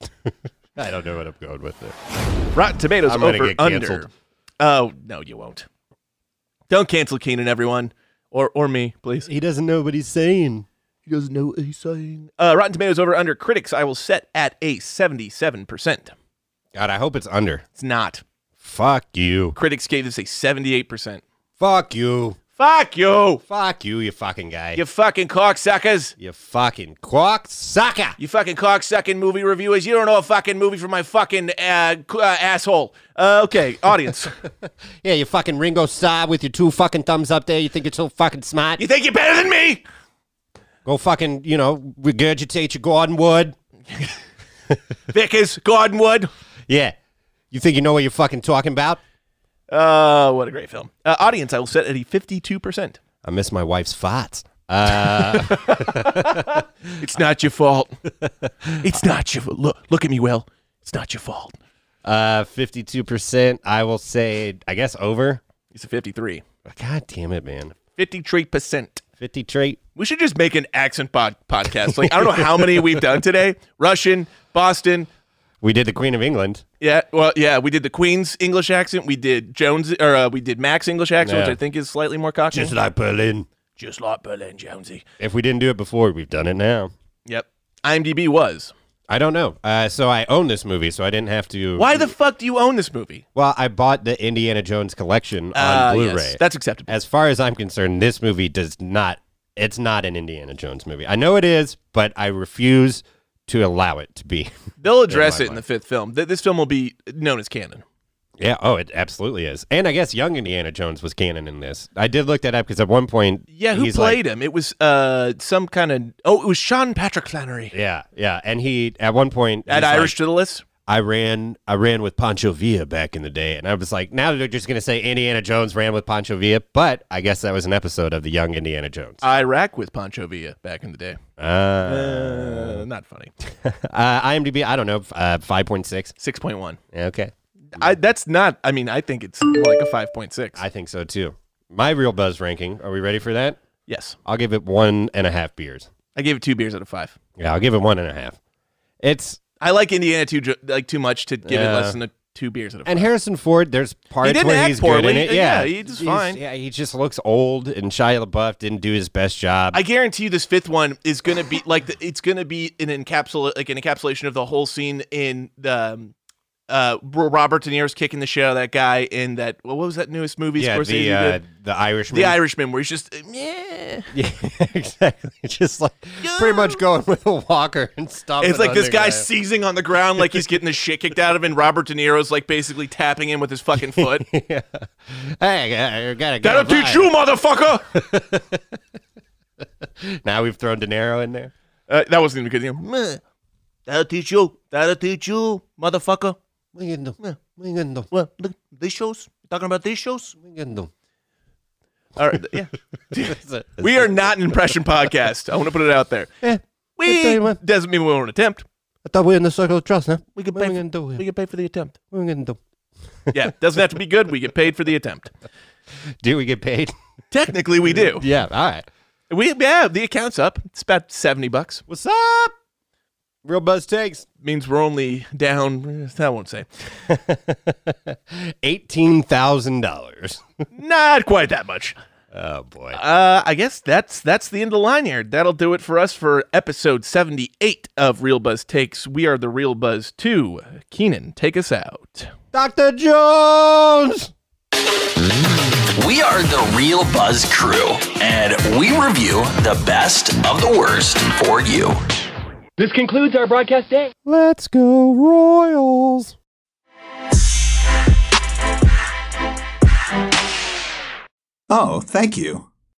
Speaker 4: I don't know what I'm going with there.
Speaker 1: Rotten Tomatoes
Speaker 4: I'm gonna
Speaker 1: over
Speaker 4: get
Speaker 1: under.
Speaker 4: canceled.
Speaker 1: Oh no, you won't. Don't cancel Keenan, everyone, or or me, please.
Speaker 4: He doesn't know what he's saying.
Speaker 1: He doesn't know what he's saying. Uh, Rotten Tomatoes over under critics. I will set at a seventy-seven percent.
Speaker 4: God, I hope it's under.
Speaker 1: It's not.
Speaker 4: Fuck you.
Speaker 1: Critics gave this a 78%.
Speaker 4: Fuck you.
Speaker 1: Fuck you!
Speaker 4: Fuck you, you fucking guy.
Speaker 1: You fucking cocksuckers!
Speaker 4: You fucking quack sucker.
Speaker 1: You fucking cocksucking movie reviewers! You don't know a fucking movie from my fucking uh, c- uh, asshole. Uh, okay, audience.
Speaker 4: Yeah, you fucking Ringo Starr with your two fucking thumbs up there. You think you're so fucking smart?
Speaker 1: you think you're better than me?
Speaker 4: Go fucking, you know, regurgitate your Gordon Wood.
Speaker 1: Vickers, Gordon Wood.
Speaker 4: Yeah. You think you know what you're fucking talking about?
Speaker 1: Uh, what a great film. Uh, audience, I will set at a 52%.
Speaker 4: I miss my wife's farts. Uh,
Speaker 1: It's not your fault. it's not your fault. Look, look at me, Will. It's not your fault.
Speaker 4: uh, 52%. I will say, I guess over.
Speaker 1: It's a 53.
Speaker 4: God damn it, man.
Speaker 1: 53%.
Speaker 4: 53.
Speaker 1: We should just make an accent pod- podcast. Like I don't know how many we've done today. Russian, Boston.
Speaker 4: We did the Queen of England.
Speaker 1: Yeah, well, yeah, we did the Queen's English accent. We did Jones, or uh, we did Max English accent,
Speaker 4: Yeah.
Speaker 1: which I think is slightly more cockney. Just,
Speaker 4: like Berlin.
Speaker 1: like Berlin, Jonesy.
Speaker 4: If we didn't do it before, we've done it now.
Speaker 1: Yep. IMDb was.
Speaker 4: I don't know. Uh, so I own this movie, so I didn't have to.
Speaker 1: Why the fuck do you own this movie?
Speaker 4: Well, I bought the Indiana Jones collection on
Speaker 1: Uh,
Speaker 4: Blu-ray.
Speaker 1: yes, that's acceptable.
Speaker 4: as far as I'm concerned, this movie does not. It's not an Indiana Jones movie. I know it is, but I refuse to allow it to be.
Speaker 1: They'll address
Speaker 4: my
Speaker 1: it in the fifth film. Th- this film will be known as canon.
Speaker 4: yeah. Oh, it absolutely is. And I guess young Indiana Jones was canon in this. I did look that up because at one point,
Speaker 1: Yeah, who
Speaker 4: he's like-
Speaker 1: played him? It was uh some kind of oh, it was Sean Patrick Flannery.
Speaker 4: yeah, yeah, and he at one point
Speaker 1: Add
Speaker 4: he's like,
Speaker 1: Irish to the list.
Speaker 4: I ran I ran with Pancho Villa back in the day, and I was like, now they're just gonna say Indiana Jones ran with Pancho Villa, but I guess that was an episode of the Young Indiana Jones.
Speaker 1: Uh, Iraq with Pancho Villa back in the day.
Speaker 4: Uh,
Speaker 1: Uh, not funny.
Speaker 4: uh, IMDb, I don't know, f- uh, five point six.
Speaker 1: Six point one.
Speaker 4: Okay,
Speaker 1: I that's not. I mean, I think it's more like a five point six.
Speaker 4: I think so too. My real buzz ranking. Are we ready for that?
Speaker 1: yes,
Speaker 4: I'll give it one and a half beers.
Speaker 1: I gave it two beers out of five.
Speaker 4: Yeah, I'll give it one and a half. It's
Speaker 1: I like Indiana too ju- like too much to give it
Speaker 4: Yeah.
Speaker 1: less than a two beers out of five.
Speaker 4: and Harrison Ford. There's parts
Speaker 1: didn't
Speaker 4: where
Speaker 1: act
Speaker 4: he's good in
Speaker 1: poorly.
Speaker 4: it.
Speaker 1: Yeah,
Speaker 4: Yeah,
Speaker 1: he's fine.
Speaker 4: Yeah, he just looks old, and Shia LaBeouf didn't do his best job.
Speaker 1: I guarantee you, this fifth one is gonna be like the, it's gonna be an encapsula like an encapsulation of the whole scene in the um, uh, Robert De Niro's kicking the shit out of that guy in that what was that newest movie?
Speaker 4: yeah,
Speaker 1: Scorsese
Speaker 4: the uh,
Speaker 1: did?
Speaker 4: the Irishman.
Speaker 1: The Irishman, where he's just eh, yeah.
Speaker 4: Yeah, exactly. Just like pretty much going with a walker and stomping.
Speaker 1: It's like
Speaker 4: on
Speaker 1: this
Speaker 4: the
Speaker 1: guy
Speaker 4: guy.
Speaker 1: seizing on the ground like he's getting the shit kicked out of him. Robert De Niro's like basically tapping him with his fucking foot.
Speaker 4: Hey, I I gotta
Speaker 1: That'll
Speaker 4: get a
Speaker 1: teach you, motherfucker.
Speaker 4: vibe. Now we've thrown De Niro in there.
Speaker 1: Uh, that wasn't even good. You know, "Meh. That'll teach you. That'll teach you, motherfucker.
Speaker 4: What are you gonna do? What are you gonna do?
Speaker 1: Well, look, these shows. Talking about these shows.
Speaker 4: What are you gonna do?
Speaker 1: All right, yeah.
Speaker 4: That's it.
Speaker 1: We are not an impression podcast. I want to put it out there.
Speaker 4: Eh, I tell
Speaker 1: We
Speaker 4: you what.
Speaker 1: doesn't mean we won't attempt.
Speaker 4: I thought we were in the circle of trust, huh?
Speaker 1: We could
Speaker 4: what are
Speaker 1: pay.
Speaker 4: we
Speaker 1: For,
Speaker 4: gonna do?
Speaker 1: we
Speaker 4: Here?
Speaker 1: could pay for the attempt.
Speaker 4: What are we gonna do?
Speaker 1: Yeah, doesn't have to be good. We get paid for the attempt.
Speaker 4: Do we get paid?
Speaker 1: Technically, we do.
Speaker 4: yeah. All right.
Speaker 1: We yeah, the account's up. It's about seventy bucks.
Speaker 4: What's up? Real buzz takes
Speaker 1: means we're only down. I won't say
Speaker 4: eighteen thousand dollars.
Speaker 1: not quite that much.
Speaker 4: Oh boy.
Speaker 1: Uh, I guess that's that's the end of the line here. That'll do it for us for episode seventy-eight of Real Buzz Takes. We are the Real Buzz Two. Keenan, take us out.
Speaker 4: Doctor Jones.
Speaker 7: We are the Real Buzz crew, and we review the best of the worst for you.
Speaker 6: This concludes our broadcast day.
Speaker 4: Let's go Royals.
Speaker 8: Oh, thank you.